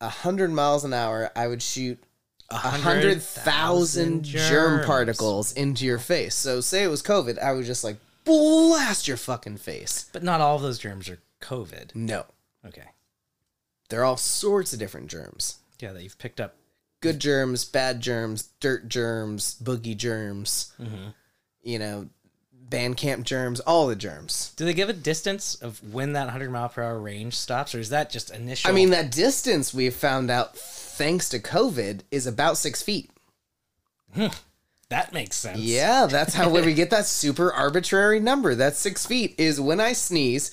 Speaker 1: a hundred miles an hour, I would shoot
Speaker 2: A
Speaker 1: a hundred thousand germ particles into your face. So say it was COVID, I would just like blast your fucking face.
Speaker 2: But not all of those germs are COVID.
Speaker 1: No.
Speaker 2: Okay.
Speaker 1: They're all sorts of different germs.
Speaker 2: Yeah, that you've picked up.
Speaker 1: Good germs, bad germs, dirt germs, boogie germs, you know, band camp germs, all the germs.
Speaker 2: Do they give a distance of when that hundred mile per hour range stops, or is that just initial?
Speaker 1: I mean, that distance we found out, thanks to COVID, is about six feet.
Speaker 2: that makes sense.
Speaker 1: Yeah, that's how we get that super arbitrary number. That six feet is when I sneeze.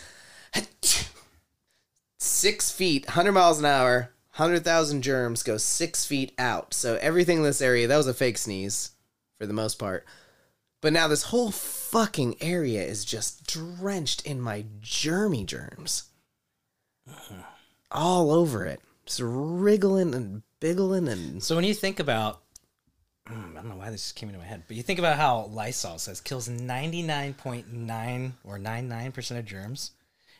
Speaker 1: Six feet, 100 miles an hour, 100,000 germs go six feet out. So everything in this area, that was a fake sneeze for the most part. But now this whole fucking area is just drenched in my germy germs. All over it. Just wriggling and biggling and.
Speaker 2: So when you think about, Mm, I don't know why this just came into my head, but you think about how Lysol says kills ninety nine point nine or nine nine percent of germs.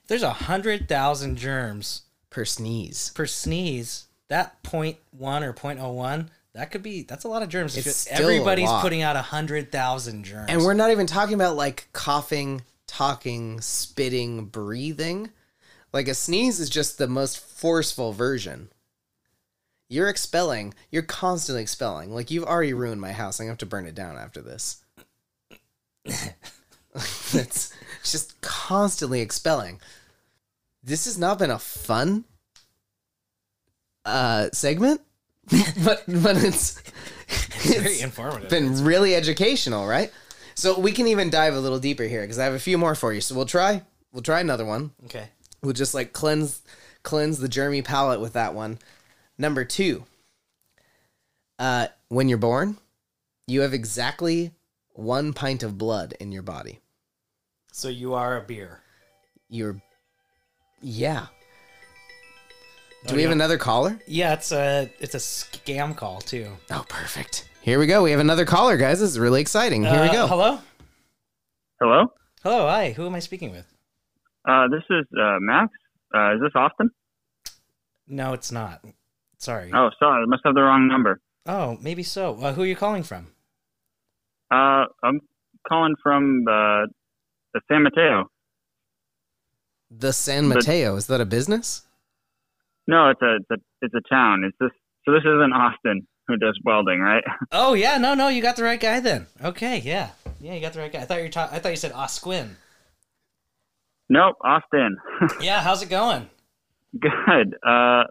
Speaker 2: If there's a hundred thousand germs
Speaker 1: Per sneeze.
Speaker 2: per sneeze. That point one or point oh one, that could be that's a lot of germs. If
Speaker 1: It's
Speaker 2: it-
Speaker 1: still a
Speaker 2: everybody's
Speaker 1: lot.
Speaker 2: putting out a hundred thousand germs.
Speaker 1: And we're not even talking about like coughing, talking, spitting, breathing. Like a sneeze is just the most forceful version. You're expelling, you're constantly expelling. Like you've already ruined my house. I'm gonna have to burn it down after this. That's just constantly expelling. This has not been a fun uh segment. but but it's
Speaker 2: very
Speaker 1: it's-
Speaker 2: informative.
Speaker 1: been really educational, right? So we can even dive a little deeper here because I have a few more for you. So we'll try we'll try another one.
Speaker 2: okay.
Speaker 1: We'll just like cleanse cleanse the germy palate with that one. Number 2. Uh when you're born, you have exactly 1 pint of blood in your body.
Speaker 2: So you are a beer.
Speaker 1: You're Yeah. Do
Speaker 2: Oh,
Speaker 1: we have
Speaker 2: yeah.
Speaker 1: another caller?
Speaker 2: Yeah, it's a it's a scam call too.
Speaker 1: Oh, perfect. Here we go. We have another caller, guys. This is really exciting. Here we
Speaker 2: Uh,
Speaker 1: go.
Speaker 2: Hello?
Speaker 4: Hello?
Speaker 2: Hello, hi. Who am I speaking with?
Speaker 4: Uh, this is uh, Max. Uh, is this Austin?
Speaker 2: No, it's not. Sorry.
Speaker 4: Oh, sorry. I must have the wrong number.
Speaker 2: Oh, maybe so. Uh, who are you calling from?
Speaker 4: Uh, I'm calling from the, the San Mateo.
Speaker 1: The San Mateo, is that a business?
Speaker 4: No, it's a, it's a it's a town. Is this so? This isn't Austin who does welding, right?
Speaker 2: Oh yeah, no, no, you got the right guy then. Okay, yeah, yeah, you got the right guy. I thought you were ta- I thought you said Osquin.
Speaker 4: nope, Austin.
Speaker 2: Yeah, how's it going?
Speaker 4: Good. Uh,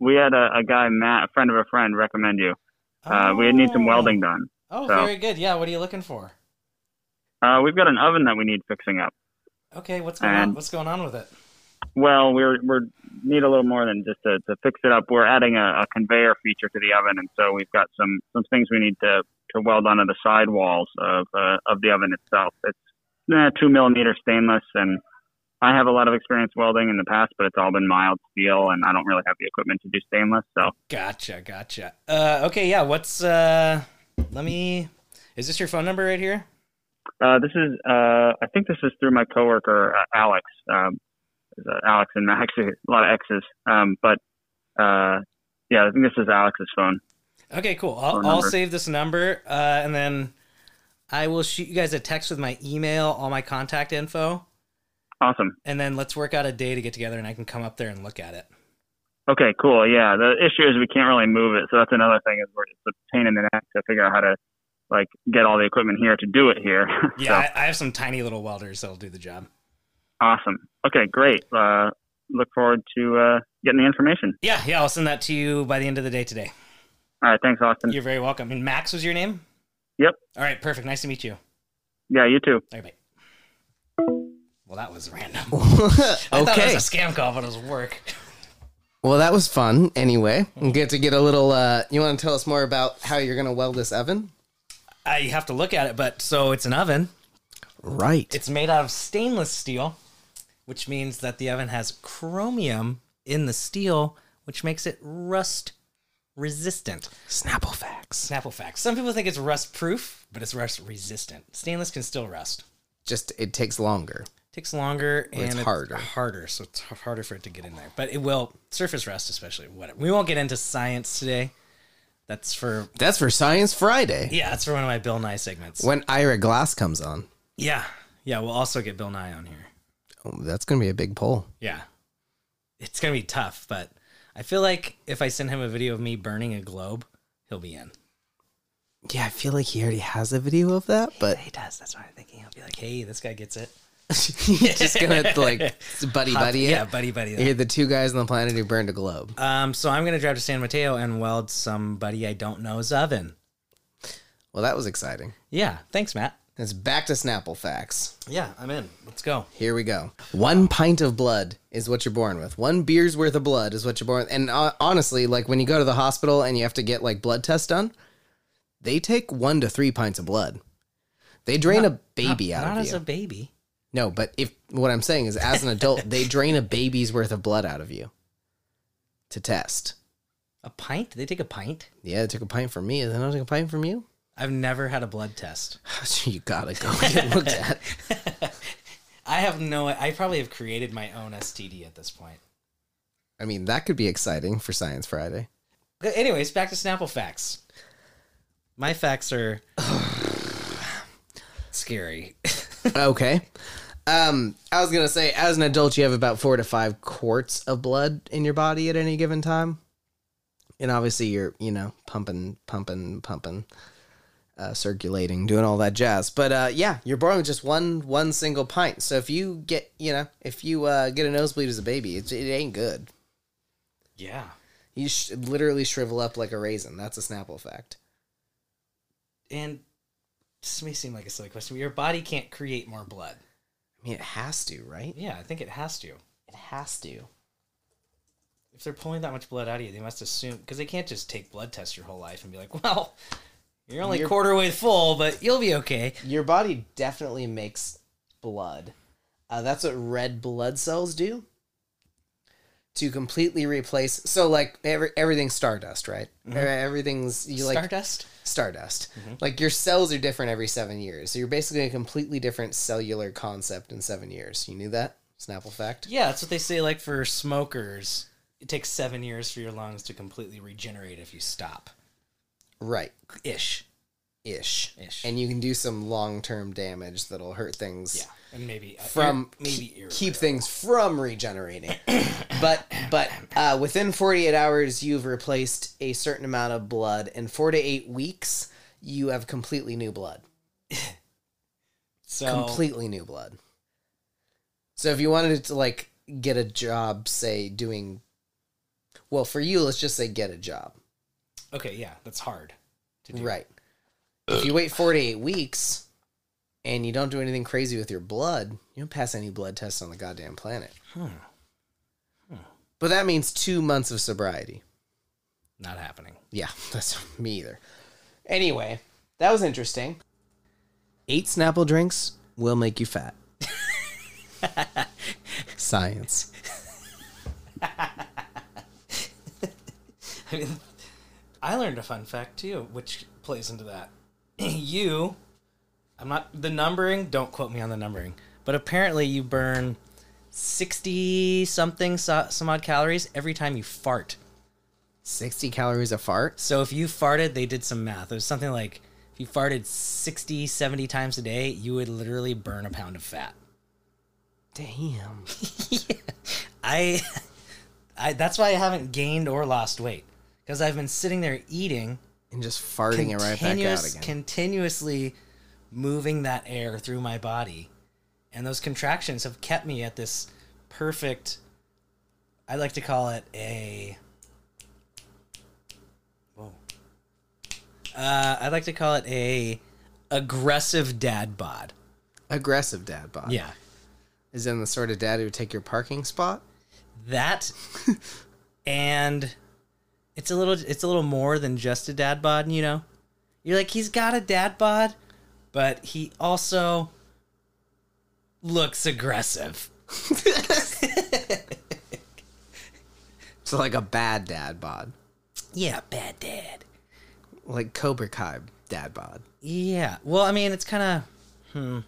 Speaker 4: we had a, a guy, Matt, a friend of a friend, recommend you. Uh, we need some
Speaker 2: Oh.
Speaker 4: welding done.
Speaker 2: Oh,
Speaker 4: So-
Speaker 2: very good. Yeah, what are you looking for?
Speaker 4: Uh, we've got an oven that we need fixing up.
Speaker 2: Okay, what's going on?
Speaker 4: And-
Speaker 2: What's going on with it?
Speaker 4: Well, we're we are need a little more than just to, to fix it up. We're adding a, a conveyor feature to the oven, and so we've got some some things we need to to weld onto the side walls of uh, of the oven itself. It's eh, two millimeter stainless, and I have a lot of experience welding in the past, but it's all been mild steel, and I don't really have the equipment to do stainless. So
Speaker 2: Gotcha, gotcha. Uh, okay, yeah. What's uh? Let me. Is this your phone number right here?
Speaker 4: uh, this is uh, I think this is through my coworker uh, Alex. Um, is, uh, Alex and Max, a lot of X's, um, but uh, yeah, I think this is Alex's phone.
Speaker 2: Okay, cool.
Speaker 4: Phone
Speaker 2: I'll, I'll
Speaker 4: number.
Speaker 2: save this number, uh, and then I will shoot you guys a text with my email, all my contact info,
Speaker 4: Awesome.
Speaker 2: and then let's work out a day to get together, and I can come up there and look at it.
Speaker 4: Okay, cool. Yeah, the issue is we can't really move it, so that's another thing is we're, it's a pain in the neck to figure out how to like get all the equipment here to do it here.
Speaker 2: Yeah,
Speaker 4: so,
Speaker 2: I, I have some tiny little welders that'll do the job.
Speaker 4: awesome. Okay, great. Uh, look forward to uh, getting the information.
Speaker 2: Yeah, yeah, I'll send that to you by the end of the day today.
Speaker 4: All right, thanks, Austin.
Speaker 2: You're very welcome. And Max was your name?
Speaker 4: Yep.
Speaker 2: All right, perfect. Nice to meet you. All
Speaker 4: Yeah, you too.
Speaker 2: right, bye. Well, that was random. I thought it
Speaker 1: okay.
Speaker 2: was a scam call, but it was work.
Speaker 1: Well, that was fun. Anyway, we get to get a little. Uh, you want to tell us more about how you're going to weld this oven?
Speaker 2: I Uh, have to look at it, but so it's an oven.
Speaker 1: Right.
Speaker 2: It's made out of stainless steel. which means that the oven has chromium in the steel, which makes it rust resistant.
Speaker 1: Snapple facts.
Speaker 2: Snapple facts. Some people think it's rust proof, but it's rust resistant. Stainless can still rust.
Speaker 1: Just it takes longer.
Speaker 2: takes longer and
Speaker 1: it's
Speaker 2: it's
Speaker 1: harder.
Speaker 2: harder, so it's h- harder for it to get in there. But it will surface rust, especially. Whatever. We won't get into science today. That's for
Speaker 1: That's for Science Friday.
Speaker 2: yeah, that's for one of my Bill Nye segments.
Speaker 1: When Ira Glass comes on,
Speaker 2: Yeah, yeah, we'll also get Bill Nye on here.
Speaker 1: oh, that's going to be a big poll.
Speaker 2: Yeah, it's gonna be tough, but I feel like if I send him a video of me burning a globe, he'll be in.
Speaker 1: Yeah, I feel like he already has a video of that, but
Speaker 2: He does. That's what I'm thinking. He'll be like, "Hey, this guy gets it."
Speaker 1: he's just going to like buddy
Speaker 2: Hop-
Speaker 1: buddy it.
Speaker 2: yeah, buddy, buddy.
Speaker 1: You're the two guys on the planet who burned a globe.
Speaker 2: Um, so I'm gonna drive to San Mateo and weld somebody I don't know's oven.
Speaker 1: Well, that was exciting.
Speaker 2: Yeah, thanks, Matt.
Speaker 1: It's back to Snapple facts.
Speaker 2: Yeah, I'm in. Let's go.
Speaker 1: Here we go. One pint of blood is what you're born with. One beer's worth of blood is what you're born with. And uh, honestly, like when you go to the hospital and you have to get like blood tests done, they take one to three pints of blood. They drain a baby
Speaker 2: not,
Speaker 1: out
Speaker 2: not
Speaker 1: of
Speaker 2: as
Speaker 1: you.
Speaker 2: a baby.
Speaker 1: no, but if what I'm saying is, as an adult, they drain a baby's worth of blood out of you to test.
Speaker 2: A pint? They take a pint?
Speaker 1: Yeah, it took a pint from me. Then I took a pint from you.
Speaker 2: I've never had a blood test.
Speaker 1: you gotta go get looked at.
Speaker 2: I have no. I probably have created my own STD at this point.
Speaker 1: I mean, that could be exciting for Science Friday.
Speaker 2: Okay, Anyways, back to Snapple facts. My facts are scary.
Speaker 1: okay. Um, I was gonna say, as an adult, you have about four to five quarts of blood in your body at any given time, and obviously you're, you know, pumping, pumping, pumping, uh, circulating, doing all that jazz. But uh, yeah, you're born with just one one single pint. So if you get, you know, if you uh, get a nosebleed as a baby, it, it ain't good.
Speaker 2: yeah.
Speaker 1: You sh- literally shrivel up like a raisin. That's a Snapple fact.
Speaker 2: And this may seem like a silly question, but your body can't create more blood.
Speaker 1: I mean, it has to, right?
Speaker 2: Yeah, I think it has to.
Speaker 1: It has to.
Speaker 2: If they're pulling that much blood out of you, they must assume because they can't just take blood tests your whole life and be like, "Well, you're only
Speaker 1: You're-
Speaker 2: quarter way full, but you'll be okay."
Speaker 1: Your body definitely makes blood. Uh, that's what red blood cells do to completely replace. So, like every, everything's stardust, right? E- Everything's you like
Speaker 2: Mm-hmm. Stardust. Mm-hmm.
Speaker 1: stardust. Like your cells are different every seven years. So you're basically a completely different cellular concept in seven years. You knew that Snapple fact.
Speaker 2: Yeah, that's what they say. Like for smokers, it takes seven years for your lungs to completely regenerate if you stop.
Speaker 1: Right,
Speaker 2: Ish.
Speaker 1: ish.
Speaker 2: Ish.
Speaker 1: And you can do some long term damage that'll hurt things.
Speaker 2: Yeah, and maybe uh,
Speaker 1: from
Speaker 2: ir- maybe
Speaker 1: keep-
Speaker 2: irreparable.
Speaker 1: keep things from regenerating. but but uh, within 48 hours, you've replaced a certain amount of blood. In four to eight weeks, you have completely new blood.
Speaker 2: so
Speaker 1: Completely new blood. So if you wanted to like get a job, say doing, well, for you, let's just say get a job,
Speaker 2: Okay, yeah, that's hard to do.
Speaker 1: right? If you wait 48 weeks and you don't do anything crazy with your blood, you don't pass any blood tests on the goddamn planet.
Speaker 2: Hmm,
Speaker 1: But that means two months of sobriety.
Speaker 2: Not happening.
Speaker 1: Yeah, that's me either. Anyway, that was interesting. Eight Snapple drinks will make you fat. Science.
Speaker 2: I mean, I learned a fun fact too, which plays into that. you, I'm not the numbering. Don't quote me on the numbering, but apparently you burn sixty something so, some odd calories every time you fart.
Speaker 1: 60 calories a fart?
Speaker 2: So if you farted, they did some math. It was something like if you farted 60, 70 times a day, you would literally burn a pound of fat.
Speaker 1: Damn.
Speaker 2: I, I that's why I haven't gained or lost weight because I've been sitting there eating
Speaker 1: And just farting it right back out
Speaker 2: continuous-
Speaker 1: again.
Speaker 2: continuously moving that air through my body. And those contractions have kept me at this perfect I like to call it a Whoa. Uh, I like to call it a aggressive dad bod.
Speaker 1: Aggressive dad bod.
Speaker 2: Yeah.
Speaker 1: Is in the sort of dad who would take your parking spot?
Speaker 2: that and it's a little it's a little more than just a dad bod you know you're like he's got a dad bod but he also looks aggressive
Speaker 1: So like a bad dad bod,
Speaker 2: Yeah, bad dad.
Speaker 1: like Cobra Kai dad bod.
Speaker 2: Yeah. Well, I mean, it's kind of, hmm.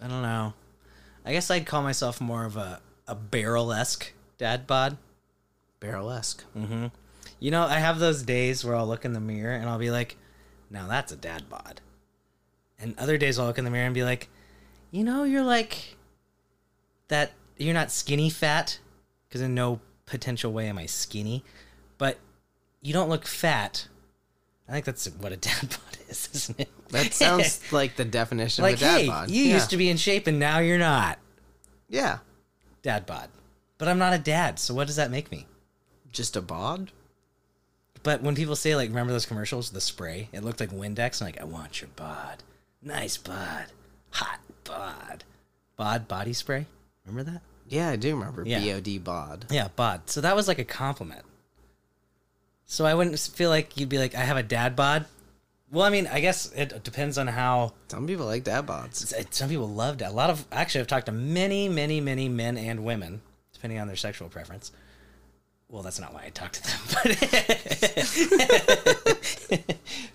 Speaker 2: I don't know. I guess I'd call myself more of a, a barrel esque dad bod. Mm-hmm.
Speaker 1: Barrelesque.
Speaker 2: You know, I have those days where I'll look in the mirror and I'll be like, now that's a dad bod. And other days I'll look in the mirror and be like, you know, you're like that, you're not skinny fat, because in no potential way am I skinny, but you don't look fat. I think that's what a dad bod is, isn't it?
Speaker 1: That sounds like the definition
Speaker 2: like,
Speaker 1: of a dad
Speaker 2: hey,
Speaker 1: bod.
Speaker 2: you
Speaker 1: yeah.
Speaker 2: used to be in shape and now you're not.
Speaker 1: yeah,
Speaker 2: Dad bod. But I'm not a dad, so what does that make me?
Speaker 1: just a bod.
Speaker 2: But when people say like, remember those commercials, the spray? It looked like Windex. I'm like, I want your bod, nice bod, hot bod, bod body spray. Remember that?
Speaker 1: Yeah, I do remember
Speaker 2: Yeah.
Speaker 1: bod bod.
Speaker 2: Yeah, bod. So that was like a compliment. So I wouldn't feel like you'd be like, I have a dad bod. Well, I mean, I guess it depends on how
Speaker 1: Some people like dad bods.
Speaker 2: it's- some people loved it. A lot of actually, I've talked to many, many, many men and women, depending on their sexual preference. Well, that's not why I talked to them, but,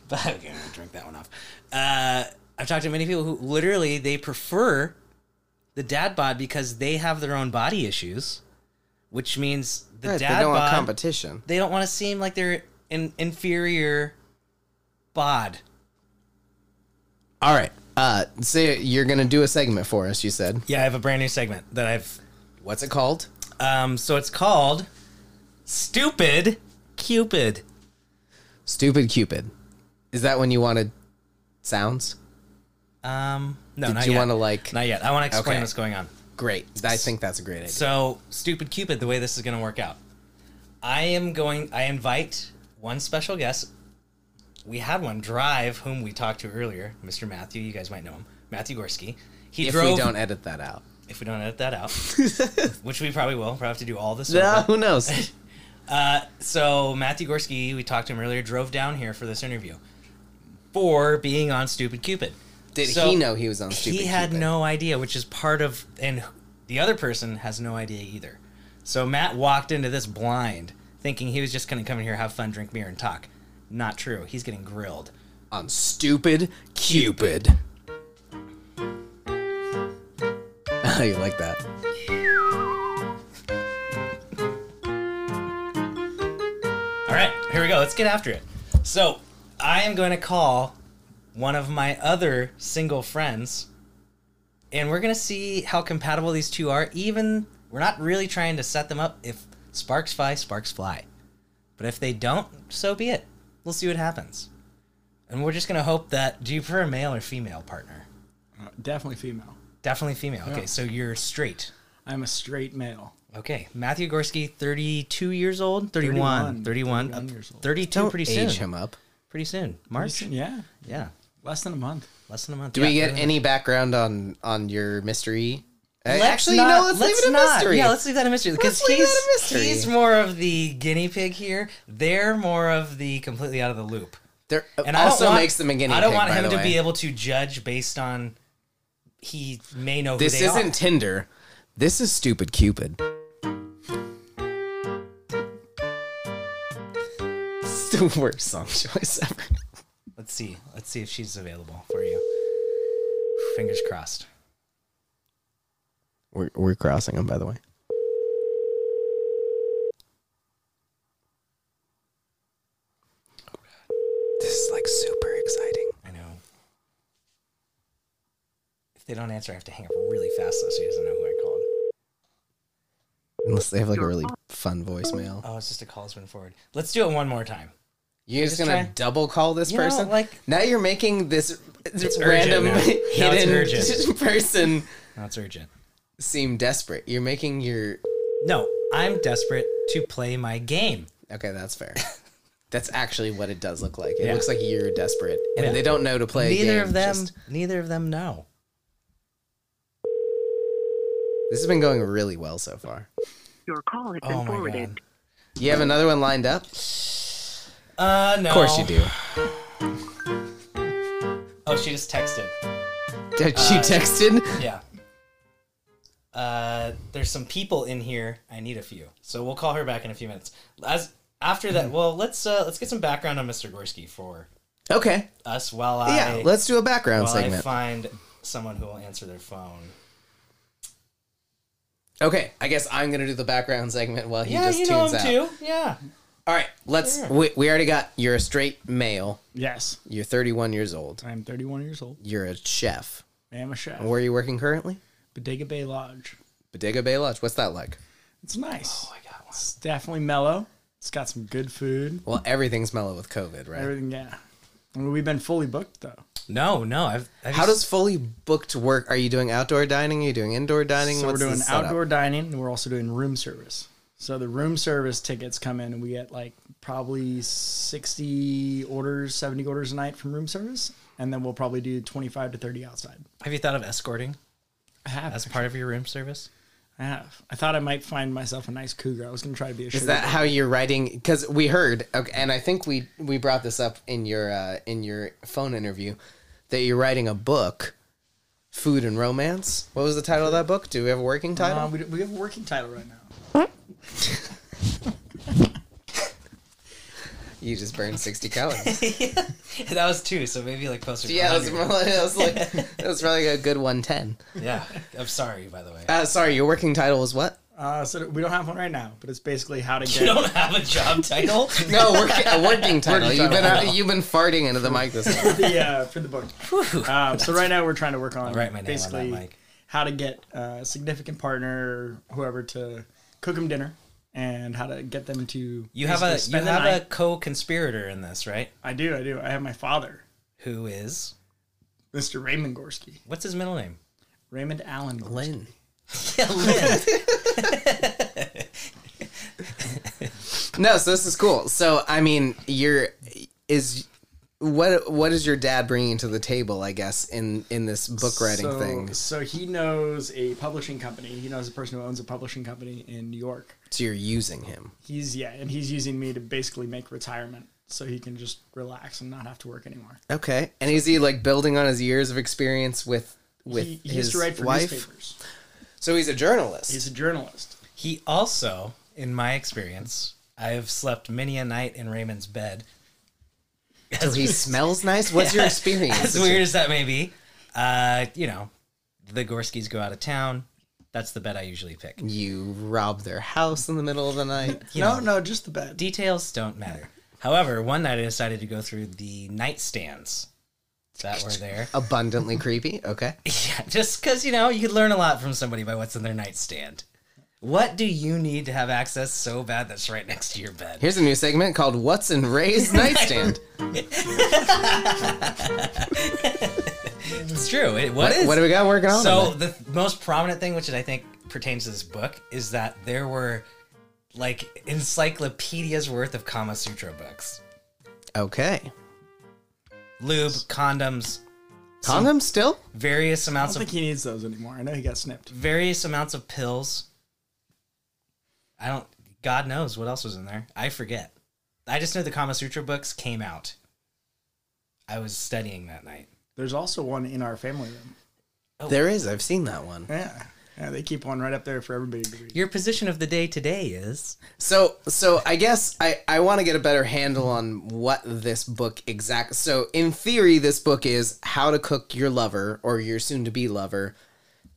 Speaker 2: but okay, I'm gonna drink that one off. Uh, I've talked to many people who literally they prefer the dad bod because they have their own body issues, which means the
Speaker 1: Right, they
Speaker 2: dad
Speaker 1: don't want
Speaker 2: bod
Speaker 1: competition.
Speaker 2: they don't want to seem like they're an inferior bod.
Speaker 1: All right. Uh, so you're gonna do a segment for us. You said.
Speaker 2: Yeah, I have a brand new segment that I've
Speaker 1: What's it called?
Speaker 2: Um, so it's called Stupid Cupid.
Speaker 1: Stupid Cupid. Is that when you wanted sounds?
Speaker 2: Um, no,
Speaker 1: Did
Speaker 2: not
Speaker 1: you
Speaker 2: yet.
Speaker 1: want to like?
Speaker 2: Not yet. I want to explain
Speaker 1: Okay.
Speaker 2: what's going on.
Speaker 1: Great. I think that's a great idea.
Speaker 2: So, Stupid Cupid, the way this is going to work out, I am going. I invite one special guest. We had one drive, whom we talked to earlier, Mr. Matthew. You guys might know him, Matthew Gorski. He
Speaker 1: If
Speaker 2: drove.
Speaker 1: we don't edit that out.
Speaker 2: if we don't edit that out, which we probably will, probably have to do all this.
Speaker 1: No,
Speaker 2: over.
Speaker 1: who knows?
Speaker 2: So Matthew Gorski, we talked to him earlier, drove down here for this interview for being on Stupid Cupid.
Speaker 1: Did
Speaker 2: So,
Speaker 1: he know he was on Stupid
Speaker 2: He had
Speaker 1: Cupid?
Speaker 2: no idea, which is part of, and the other person has no idea either. So Matt walked into this blind, thinking he was just going to come in here, have fun, drink beer, and talk. Not true. He's getting grilled.
Speaker 1: on Stupid Cupid. Oh, you like that?
Speaker 2: All right, here we go. Let's get after it. So I am going to call one of my other single friends, and we're going to see how compatible these two are. Even we're not really trying to set them up. If sparks fly, sparks fly. But if they don't, so be it. We'll see what happens. And we're just going to hope that. Do you prefer a male or female partner?
Speaker 5: Uh, definitely female.
Speaker 2: Definitely female. Okay, so you're straight.
Speaker 5: I'm a straight male.
Speaker 2: Okay, Matthew Gorski, 32 years old, 31, 31,
Speaker 5: 31,
Speaker 2: 31
Speaker 5: years old.
Speaker 2: 32
Speaker 1: Don't
Speaker 2: pretty soon.
Speaker 1: age him up.
Speaker 2: pretty soon. March.
Speaker 5: Yeah,
Speaker 2: Yeah,
Speaker 5: less than a month.
Speaker 2: less than a month.
Speaker 1: Do we get any background on on your mystery? Uh,
Speaker 2: Let's
Speaker 1: Actually,
Speaker 2: not,
Speaker 1: no. Let's, leave it a
Speaker 2: not.
Speaker 1: mystery.
Speaker 2: Yeah, let's leave that a mystery because
Speaker 1: Let's leave that
Speaker 2: he's
Speaker 1: a mystery.
Speaker 2: he's more of the guinea pig here. They're more of the completely out of the loop.
Speaker 1: There-
Speaker 2: And I
Speaker 1: also
Speaker 2: don't want,
Speaker 1: makes them a guinea
Speaker 2: I don't
Speaker 1: pig,
Speaker 2: want
Speaker 1: by
Speaker 2: him
Speaker 1: the
Speaker 2: to
Speaker 1: way.
Speaker 2: be able to judge based on he may know
Speaker 1: This
Speaker 2: who they
Speaker 1: isn't
Speaker 2: are.
Speaker 1: Tinder. This is Stupid Cupid. It's the worst song choice ever.
Speaker 2: Let's see. Let's see if she's available for you. Fingers crossed.
Speaker 1: We're, we're crossing them, by the way. This is like super exciting.
Speaker 2: I know. If they don't answer, I have to hang up really fast though, so he doesn't know who I called.
Speaker 1: Unless they have like a really fun voicemail.
Speaker 2: Oh, it's just a call's been forward. Let's do it one more time.
Speaker 1: You're just,
Speaker 2: Just
Speaker 1: gonna
Speaker 2: try-
Speaker 1: double call this
Speaker 2: You know,
Speaker 1: person?
Speaker 2: like-
Speaker 1: now you're making this this
Speaker 2: urgent
Speaker 1: random
Speaker 2: now. Now it's
Speaker 1: hidden
Speaker 2: urgent.
Speaker 1: person
Speaker 2: No, it's urgent.
Speaker 1: seem desperate. You're making your
Speaker 2: No, I'm desperate to play my game.
Speaker 1: Okay, that's fair. That's actually what it does look like. It
Speaker 2: Yeah.
Speaker 1: looks like you're desperate, and
Speaker 2: Yeah.
Speaker 1: they don't know to play. a
Speaker 2: neither
Speaker 1: game,
Speaker 2: of them,
Speaker 1: just-
Speaker 2: neither of them know.
Speaker 1: this has been going really well so far.
Speaker 6: Your call has
Speaker 2: Oh
Speaker 6: been
Speaker 2: my
Speaker 6: forwarded.
Speaker 2: god.
Speaker 1: You have another one lined up? Of
Speaker 2: Uh, no. Of
Speaker 1: course you do.
Speaker 2: Oh, she just texted. Uh,
Speaker 1: Did she texted?
Speaker 2: Yeah. uh, there's some people in here. I need a few, so we'll call her back in a few minutes. As after that, well, let's uh, let's get some background on Mr. Gorski for
Speaker 1: Okay.
Speaker 2: us while
Speaker 1: Yeah,
Speaker 2: I
Speaker 1: let's do a background
Speaker 2: while I
Speaker 1: segment.
Speaker 2: find someone who will answer their phone.
Speaker 1: okay, I guess I'm gonna do the background segment while he
Speaker 2: yeah,
Speaker 1: just
Speaker 2: you know
Speaker 1: tunes
Speaker 2: him
Speaker 1: out.
Speaker 2: too. Yeah,
Speaker 1: All right, let's.
Speaker 2: Sure.
Speaker 1: We, we already got. You're a straight male.
Speaker 5: Yes,
Speaker 1: You're 31 years old.
Speaker 5: I'm 31 years old.
Speaker 1: You're a chef.
Speaker 5: I am a chef.
Speaker 1: Where are you working currently?
Speaker 5: Bodega Bay Lodge.
Speaker 1: Bodega Bay Lodge. What's that like?
Speaker 5: It's nice. Oh, I got one. It's definitely mellow. It's got some good food.
Speaker 1: Well, everything's mellow with COVID, right?
Speaker 5: Everything, yeah. I mean, we've been fully booked though.
Speaker 2: no, no. I've, i
Speaker 1: How does fully booked work? Are you doing outdoor dining? Are you doing indoor dining?
Speaker 5: So we're
Speaker 1: What's the
Speaker 5: doing
Speaker 1: setup?
Speaker 5: outdoor dining, and we're also doing room service. So the room service tickets come in, and we get like probably sixty orders, seventy orders a night from room service, and then we'll probably do twenty-five to thirty outside.
Speaker 2: have you thought of escorting
Speaker 5: I have,
Speaker 2: as part of your room service?
Speaker 5: I have. I thought I might find myself a nice cougar. I was gonna try to be a.
Speaker 1: Is that how you're writing? Because we heard, okay, and I think we we brought this up in your uh, in your phone interview that you're writing a book, food and romance. What was the title of that book? Do we have a working title?
Speaker 5: Uh, we, we have a working title right now.
Speaker 1: you just burned sixty calories.
Speaker 2: that was two, so maybe like closer. to
Speaker 1: yeah, that was,
Speaker 2: 100.
Speaker 1: more- that was like that was probably a good one ten.
Speaker 2: yeah. I'm sorry, by the way.
Speaker 1: Uh, sorry, your working title was what?
Speaker 5: Uh, so we don't have one right now, but it's basically how to
Speaker 2: You
Speaker 5: get.
Speaker 2: don't have a job title.
Speaker 1: No, working, a working title. you've been
Speaker 2: title.
Speaker 1: you've been farting into the mic this whole
Speaker 5: the uh, for the book. Uh, so right now we're trying to work on
Speaker 2: write my name on that,
Speaker 5: basically
Speaker 2: Mike.
Speaker 5: how to get uh, a significant partner, or whoever, to cook them dinner, and how to get them to.
Speaker 2: You have a
Speaker 5: basically
Speaker 2: you
Speaker 5: spend the
Speaker 2: have a
Speaker 5: night.
Speaker 2: co-conspirator in this, right?
Speaker 5: I do. I do. I have my father,
Speaker 2: Who is
Speaker 5: Mr. Raymond Gorski,
Speaker 2: what's his middle name?
Speaker 5: Raymond Allen. Gorski.
Speaker 1: Lynn.
Speaker 2: Yeah, Lynn.
Speaker 1: No, so this is cool. So I mean, you're is what what is your dad bringing to the table? I guess in in this book writing
Speaker 5: so,
Speaker 1: thing.
Speaker 5: So he knows a publishing company. He knows a person who owns a publishing company in New York.
Speaker 1: So you're using him.
Speaker 5: He's yeah, and he's using me to basically make retirement. So he can just relax and not have to work anymore.
Speaker 1: Okay, and is he like building on his years of experience with with
Speaker 5: he, he
Speaker 1: his
Speaker 5: used to write for
Speaker 1: wife?
Speaker 5: newspapers.
Speaker 1: So he's a journalist.
Speaker 5: He's a journalist.
Speaker 2: he also, in my experience, I have slept many a night in Raymond's bed.
Speaker 1: so he smells nice. What's your experience?
Speaker 2: As weird as that may be, uh, you know, the Gorskys go out of town. That's the bed I usually pick.
Speaker 1: You rob their house in the middle of the night.
Speaker 5: no, no, just the bed.
Speaker 2: Details don't matter. However, one night I decided to go through the nightstands that were there.
Speaker 1: Abundantly creepy. Okay.
Speaker 2: Yeah, just because you know you could learn a lot from somebody by what's in their nightstand. What do you need to have access so bad that's right next to your bed?
Speaker 1: Here's a new segment called "What's in Ray's Nightstand."
Speaker 2: It's true. It, what is?
Speaker 1: what do we got working on?
Speaker 2: so
Speaker 1: on
Speaker 2: the most prominent thing, which is I think pertains to this book, is that there were like encyclopedias worth of Kama Sutra books,
Speaker 1: that? okay.
Speaker 2: lube, condoms,
Speaker 1: Condom still?
Speaker 2: various
Speaker 5: I
Speaker 2: amounts
Speaker 5: don't
Speaker 2: of
Speaker 5: think he needs those anymore. I know he got snipped.
Speaker 2: various amounts of pills. I don't. God knows what else was in there. I forget. I just know the Kama Sutra books came out. I was studying that night.
Speaker 5: There's also one in our family room. Oh.
Speaker 1: There is. I've seen that one.
Speaker 5: Yeah. Yeah, they keep one right up there for everybody to read.
Speaker 2: Your position of the day today is
Speaker 1: So, so I guess I I want to get a better handle on what this book exact. So, in theory, this book is how to cook your lover or your soon-to-be lover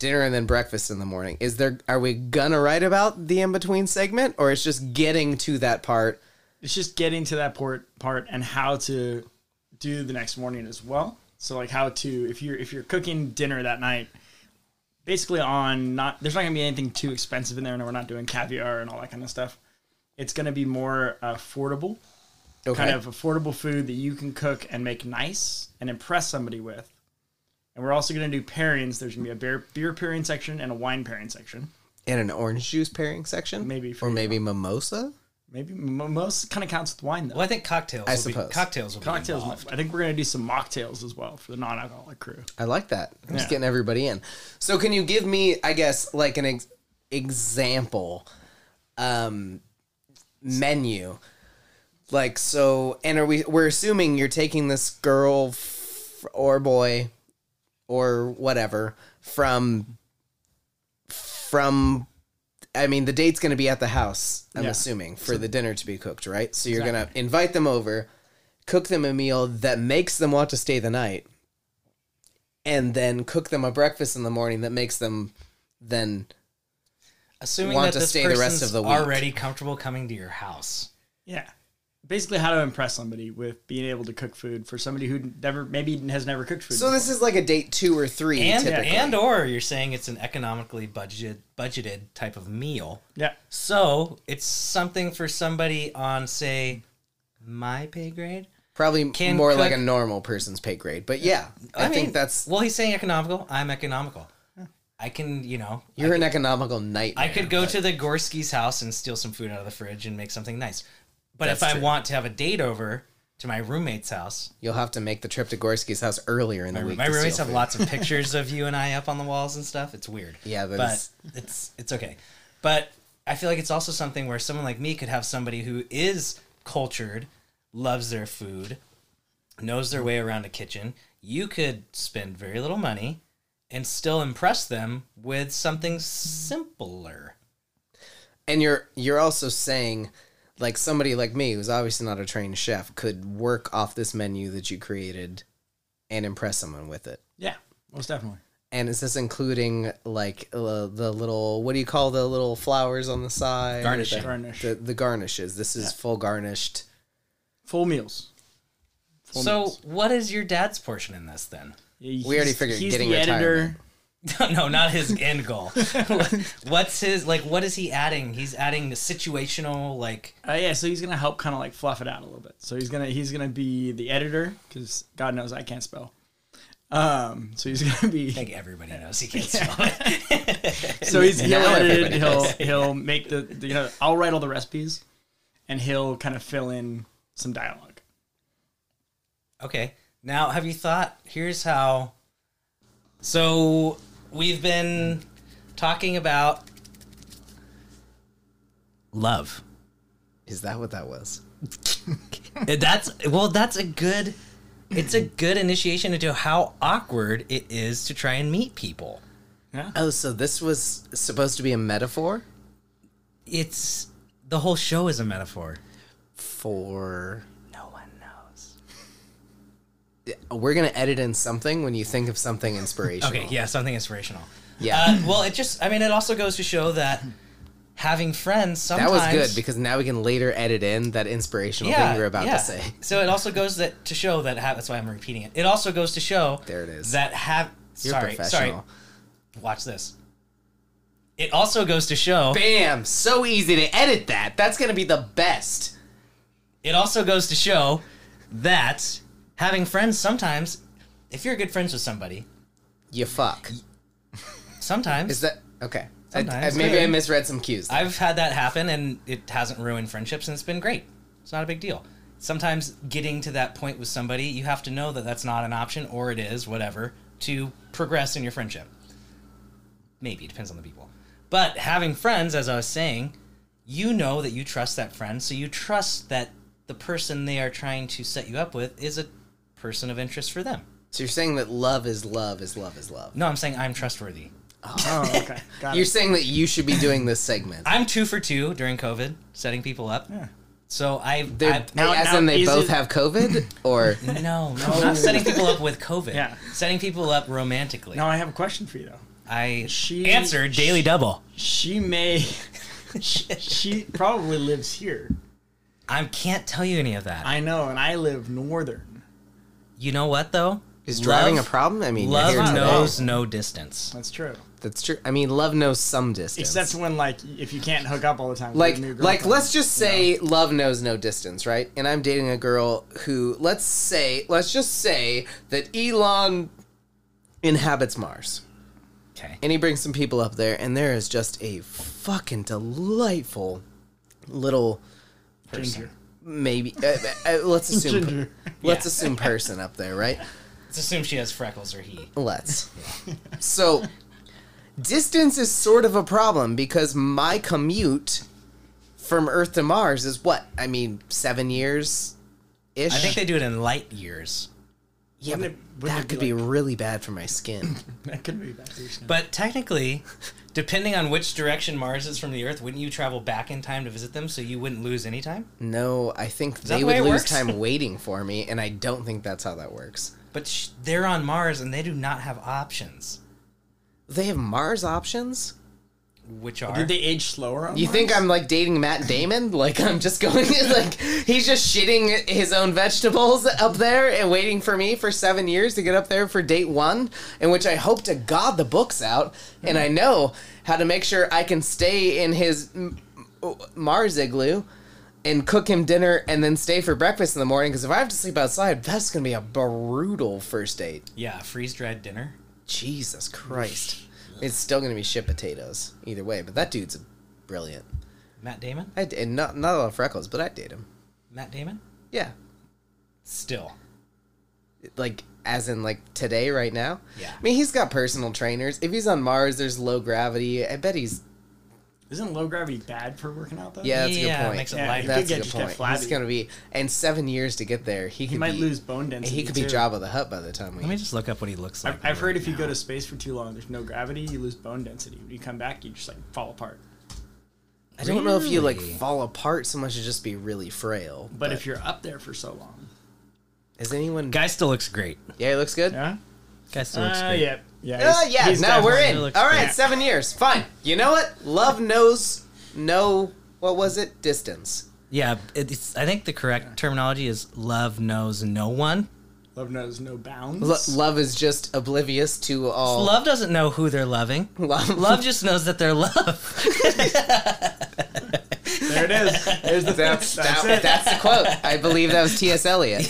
Speaker 1: dinner and then breakfast in the morning. Is there are we gonna write about the in-between segment or it's just getting to that part?
Speaker 5: It's just getting to that port part and how to do the next morning as well. So like how to if you're if you're cooking dinner that night, basically on not there's not gonna be anything too expensive in there, and we're not doing caviar and all that kind of stuff. It's gonna be more affordable,
Speaker 1: Okay.
Speaker 5: kind of affordable food that you can cook and make nice and impress somebody with. And we're also gonna do pairings. There's gonna be a beer beer pairing section and a wine pairing section.
Speaker 1: in an orange juice pairing section,
Speaker 5: Maybe for
Speaker 1: or
Speaker 5: you.
Speaker 1: maybe mimosa.
Speaker 5: Maybe m- most kind of counts with wine though.
Speaker 2: well. I think cocktails.
Speaker 1: I
Speaker 2: will be-
Speaker 1: suppose.
Speaker 2: cocktails will be
Speaker 5: Cocktails.
Speaker 2: involved.
Speaker 5: I think we're gonna do some mocktails as well for the non-alcoholic crew.
Speaker 1: I like that. I'm just
Speaker 5: Yeah.
Speaker 1: getting everybody in. So, can you give me, I guess, like an ex- example um, menu? Like, so, and are we, we're assuming you're taking this girl f- or boy or whatever from from I mean, the date's going to be at the house, I'm
Speaker 5: Yeah.
Speaker 1: assuming, for the dinner to be cooked, right? So you're going to invite them over, cook them a meal that makes them want to stay the night, and then cook them a breakfast in the morning that makes them then
Speaker 2: Assuming
Speaker 1: Want
Speaker 2: that
Speaker 1: to
Speaker 2: this
Speaker 1: stay the rest
Speaker 2: person's
Speaker 1: of the week.
Speaker 2: already comfortable coming to your house.
Speaker 5: Yeah. Basically, how to impress somebody with being able to cook food for somebody who never, maybe has never cooked food.
Speaker 1: So this is like a date 2 or 3
Speaker 2: and
Speaker 1: typically.
Speaker 2: and or you're saying it's an economically budgeted budgeted type of meal.
Speaker 5: yeah,
Speaker 2: So it's something for somebody on say my pay grade.
Speaker 1: Probably
Speaker 2: Can
Speaker 1: more like a
Speaker 2: cook-
Speaker 1: normal person's pay grade. But yeah, I,
Speaker 2: mean,
Speaker 1: think that's
Speaker 2: well. He's saying economical. I'm economical. I can you know I
Speaker 1: you're an economical nightmare.
Speaker 2: I could go to the Gorski's house and steal some food out of the fridge and make something nice. But if
Speaker 1: That's
Speaker 2: I
Speaker 1: true.
Speaker 2: want to have a date over to my roommate's house,
Speaker 1: You'll have to make the trip to Gorsky's house earlier in the week.
Speaker 2: my
Speaker 1: to steal
Speaker 2: roommates have
Speaker 1: food.
Speaker 2: lots of pictures of you and I up on the walls and stuff. It's weird.
Speaker 1: Yeah, that
Speaker 2: but
Speaker 1: is-
Speaker 2: it's it's okay. But I feel like it's also something where someone like me could have somebody who is cultured, loves their food, knows their way around a kitchen. You could spend very little money and still impress them with something simpler.
Speaker 1: and you're you're also saying like somebody like me who's obviously not a trained chef could work off this menu that you created and impress someone with it
Speaker 5: yeah, most definitely.
Speaker 1: and is this including like uh, the little what do you call the little flowers on the side
Speaker 2: Garnishing.
Speaker 1: the,
Speaker 5: Garnish.
Speaker 1: the, the garnishes this is full garnished
Speaker 5: Full meals. Full
Speaker 2: So,
Speaker 5: meals.
Speaker 2: what is your dad's portion in this then?
Speaker 5: Yeah,
Speaker 1: We already
Speaker 5: he's-
Speaker 1: figured
Speaker 5: he's
Speaker 1: getting
Speaker 5: the editor.
Speaker 1: retirement.
Speaker 2: no, not his end goal. What's his like? What is he adding? He's adding the situational like.
Speaker 5: Uh, yeah, so he's gonna help kind of like fluff it out a little bit. So he's gonna he's gonna be the editor because God knows I can't spell. Um, so he's gonna
Speaker 2: I
Speaker 5: be
Speaker 2: think everybody knows he can't spell it.
Speaker 5: so he's he'll
Speaker 1: Now
Speaker 5: edit it.
Speaker 1: everybody
Speaker 5: He'll he'll make the, the you know I'll write all the recipes, and he'll kind of fill in some dialogue.
Speaker 2: Okay, now have you thought? Here's how. So we've been talking about love.
Speaker 1: is that what that was
Speaker 2: That's well. That's a good. It's a good initiation into how awkward it is to try and meet people.
Speaker 1: oh so this was supposed to be a metaphor
Speaker 2: it's the whole show is a metaphor.
Speaker 1: for
Speaker 2: No one knows.
Speaker 1: we're gonna edit in something when you think of something inspirational
Speaker 2: Okay, yeah, something inspirational.
Speaker 1: yeah
Speaker 2: Uh, well, it just, I mean, it also goes to show that having friends
Speaker 1: that
Speaker 2: sometimes.
Speaker 1: was good because now we can later edit in that inspirational thing you're about
Speaker 2: yeah.
Speaker 1: to say
Speaker 2: So it also goes that to show that ha- that's why I'm repeating it. It also goes to show
Speaker 1: There it is.
Speaker 2: that have
Speaker 1: You're
Speaker 2: sorry sorry
Speaker 1: professional.
Speaker 2: watch this. It also goes to show
Speaker 1: Bam! So easy to edit that. That's gonna be the best.
Speaker 2: it also goes to show that having friends sometimes, if you're good friends with somebody,
Speaker 1: You fuck.
Speaker 2: sometimes
Speaker 1: Is that okay? I, I,
Speaker 2: Sometimes.
Speaker 1: maybe I misread some cues.
Speaker 2: I've had that happen, and it hasn't ruined friendships, and it's been great. It's not a big deal. Sometimes getting to that point with somebody, you have to know that that's not an option, or it is, whatever, to progress in your friendship. Maybe, depends on the people. But having friends, as I was saying, you know that you trust that friend, so you trust that the person they are trying to set you up with is a person of interest for them.
Speaker 1: so you're saying that love is love is love is love.
Speaker 2: No, I'm saying I'm trustworthy.
Speaker 5: Oh, okay, got
Speaker 1: You're
Speaker 5: it.
Speaker 1: saying that you should be doing this segment.
Speaker 2: I'm two for two during COVID, setting people up. So I,
Speaker 1: They're,
Speaker 2: I
Speaker 5: now-
Speaker 1: as
Speaker 5: now
Speaker 1: in they
Speaker 5: is
Speaker 1: both
Speaker 5: it-
Speaker 1: have COVID, or
Speaker 2: No, no, not setting people up with COVID.
Speaker 5: Yeah.
Speaker 2: Setting people up romantically.
Speaker 5: Now I have a question for you though.
Speaker 2: I
Speaker 5: She-
Speaker 2: answered Daily Double.
Speaker 5: She may, she, she probably lives here.
Speaker 2: I can't tell you any of that.
Speaker 5: I know, and I live northern.
Speaker 2: you know what though?
Speaker 1: is
Speaker 2: Love-
Speaker 1: driving a problem? I mean, you're
Speaker 2: Love
Speaker 1: here today.
Speaker 2: knows no distance.
Speaker 5: That's true.
Speaker 1: That's true. I mean, love knows some distance.
Speaker 5: Except when like if you can't hook up all the time. with
Speaker 1: like
Speaker 5: your new
Speaker 1: like
Speaker 5: girlfriend.
Speaker 1: let's just say love knows no distance right and i'm dating a girl who let's say let's just say that elon inhabits mars
Speaker 2: Okay.
Speaker 1: and he brings some people up there and there is just a fucking delightful little
Speaker 5: Ginger.
Speaker 1: maybe uh, uh, let's assume
Speaker 5: Ginger.
Speaker 1: let's assume person up there right
Speaker 2: Let's assume she has freckles or he.
Speaker 1: Let's. so, distance is sort of a problem because my commute from Earth to Mars is what? I mean, seven years ish?
Speaker 2: I think they do it in light years.
Speaker 1: yeah, but
Speaker 5: Wouldn't it- wouldn't
Speaker 1: that
Speaker 5: it
Speaker 1: could
Speaker 5: be
Speaker 1: be really bad for my skin.
Speaker 5: That could be bad.
Speaker 2: But technically, Depending on which direction Mars is from the Earth, wouldn't you travel back in time to visit them so you wouldn't lose any time?
Speaker 1: No, I think
Speaker 2: that
Speaker 1: they
Speaker 2: the
Speaker 1: would
Speaker 2: way it
Speaker 1: lose
Speaker 2: works?
Speaker 1: time waiting for me, and I don't think that's how that works.
Speaker 2: But sh- they're on Mars and they do not have options,
Speaker 1: They have Mars options.
Speaker 2: which are
Speaker 5: Did they age slower? On
Speaker 1: You
Speaker 5: Mars?
Speaker 1: think I'm like dating Matt Damon? Like I'm just going like he's just shitting his own vegetables up there and waiting for me for seven years to get up there for date one, in which I hope to God the book's out and I know how to make sure I can stay in his m- m- Mars igloo and cook him dinner and then stay for breakfast in the morning. Because if I have to sleep outside, that's gonna be a brutal first date.
Speaker 2: yeah freeze dried dinner.
Speaker 1: Jesus Christ, it's still gonna be shit potatoes either way. But that dude's brilliant.
Speaker 2: Matt Damon,
Speaker 1: I did not not a lot of freckles, but I date him.
Speaker 2: Matt Damon,
Speaker 1: Yeah,
Speaker 2: still
Speaker 1: like as in like today, right now.
Speaker 2: Yeah.
Speaker 1: I mean he's got personal trainers. If he's on Mars, there's low gravity. I bet he's
Speaker 5: Isn't low gravity bad for working out though?
Speaker 1: yeah. That's a
Speaker 2: Yeah,
Speaker 1: good
Speaker 2: it
Speaker 1: point.
Speaker 2: makes it
Speaker 5: Yeah,
Speaker 2: lighter.
Speaker 5: you
Speaker 1: That's
Speaker 5: could get-
Speaker 1: a good
Speaker 5: just get
Speaker 1: point.
Speaker 5: flabby.
Speaker 1: He's gonna be and seven years to get there. He,
Speaker 5: He
Speaker 1: could
Speaker 5: might
Speaker 1: be,
Speaker 5: lose bone density.
Speaker 1: He could be
Speaker 5: too.
Speaker 1: Jabba the Hutt by the time we.
Speaker 2: Let me just look up what he looks like.
Speaker 5: I've, I've heard if you
Speaker 2: now.
Speaker 5: go to space for too long, there's no gravity, you lose bone density. When you come back, you just like fall apart.
Speaker 1: I don't know if you like
Speaker 2: Really?
Speaker 1: fall apart so much as just be really frail.
Speaker 5: But if you're up there for so long,
Speaker 1: is anyone?
Speaker 2: guy still looks great.
Speaker 1: yeah, he looks good.
Speaker 5: yeah,
Speaker 2: Guy still looks great.
Speaker 5: yeah, yeah.
Speaker 1: Uh, yeah, no, we're in.
Speaker 2: He
Speaker 1: All right,
Speaker 2: looks great.
Speaker 1: seven years. Fine. You know what? Love knows no. What was it? Distance.
Speaker 2: Yeah, it's. I think the correct terminology is love knows no one.
Speaker 5: Love knows no bounds.
Speaker 1: Lo- love is just oblivious to all.
Speaker 2: Love doesn't know who they're loving.
Speaker 1: Oh. love,
Speaker 2: Love just knows that they're love.
Speaker 5: there it is. There's the
Speaker 1: That's
Speaker 5: That's
Speaker 1: that,
Speaker 5: it.
Speaker 1: that's the quote. I believe that was T.S. Eliot.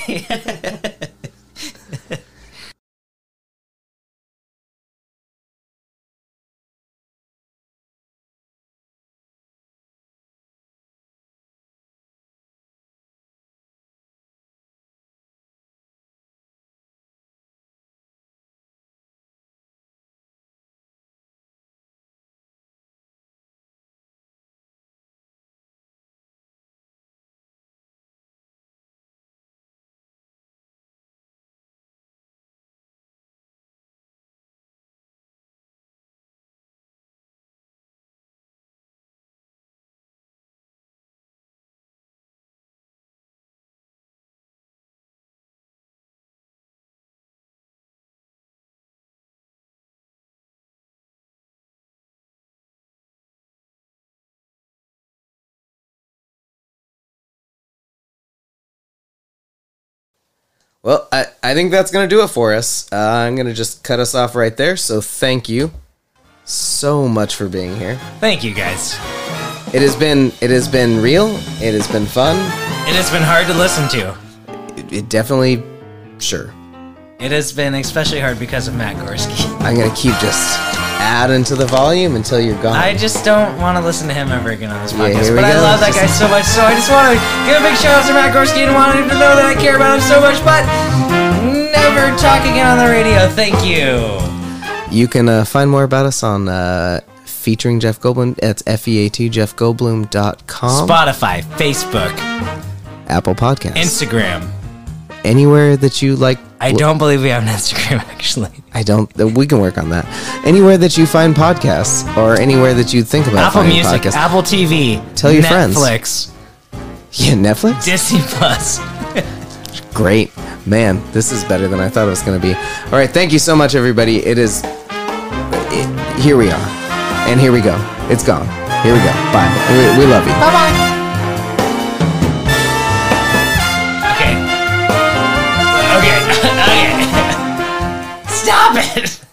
Speaker 1: Well, I, I think that's going to do it for us. Uh, I'm going to just cut us off right there. So thank you so much for being here.
Speaker 2: Thank you guys.
Speaker 1: It has been it has been real. It has been fun.
Speaker 2: It has been hard to listen to.
Speaker 1: It, it definitely sure.
Speaker 2: It has been especially hard because of Matt Gorski.
Speaker 1: I'm going to keep just adding to the volume until you're gone.
Speaker 2: I just don't want to listen to him ever again on this podcast.
Speaker 1: here we
Speaker 2: but I
Speaker 1: go.
Speaker 2: love that guy so much, so I just want to give a big shout out to Matt Gorski and want him to know that I care about him so much, but never talk again on the radio. Thank you.
Speaker 1: You can uh, find more about us on uh, featuring Jeff Goldblum. That's F E A T Jeff Goldblum.com.
Speaker 2: Spotify, Facebook,
Speaker 1: Apple Podcasts.
Speaker 2: Instagram.
Speaker 1: Anywhere that you like.
Speaker 2: I don't believe we have an Instagram actually.
Speaker 1: I don't. We can work on that. Anywhere that you find podcasts, or anywhere that you think about
Speaker 2: Apple
Speaker 1: finding
Speaker 2: Music,
Speaker 1: podcasts.
Speaker 2: Apple TV,
Speaker 1: Tell your friends.
Speaker 2: Netflix,
Speaker 1: yeah, Netflix.
Speaker 2: Disney Plus.
Speaker 1: Great, man. This is better than I thought it was going to be. All right, thank you so much, everybody. It is. It, here we are, and here we go. It's gone. Here we go. Bye. We, we love you.
Speaker 2: Okay. Okay. okay. Stop it.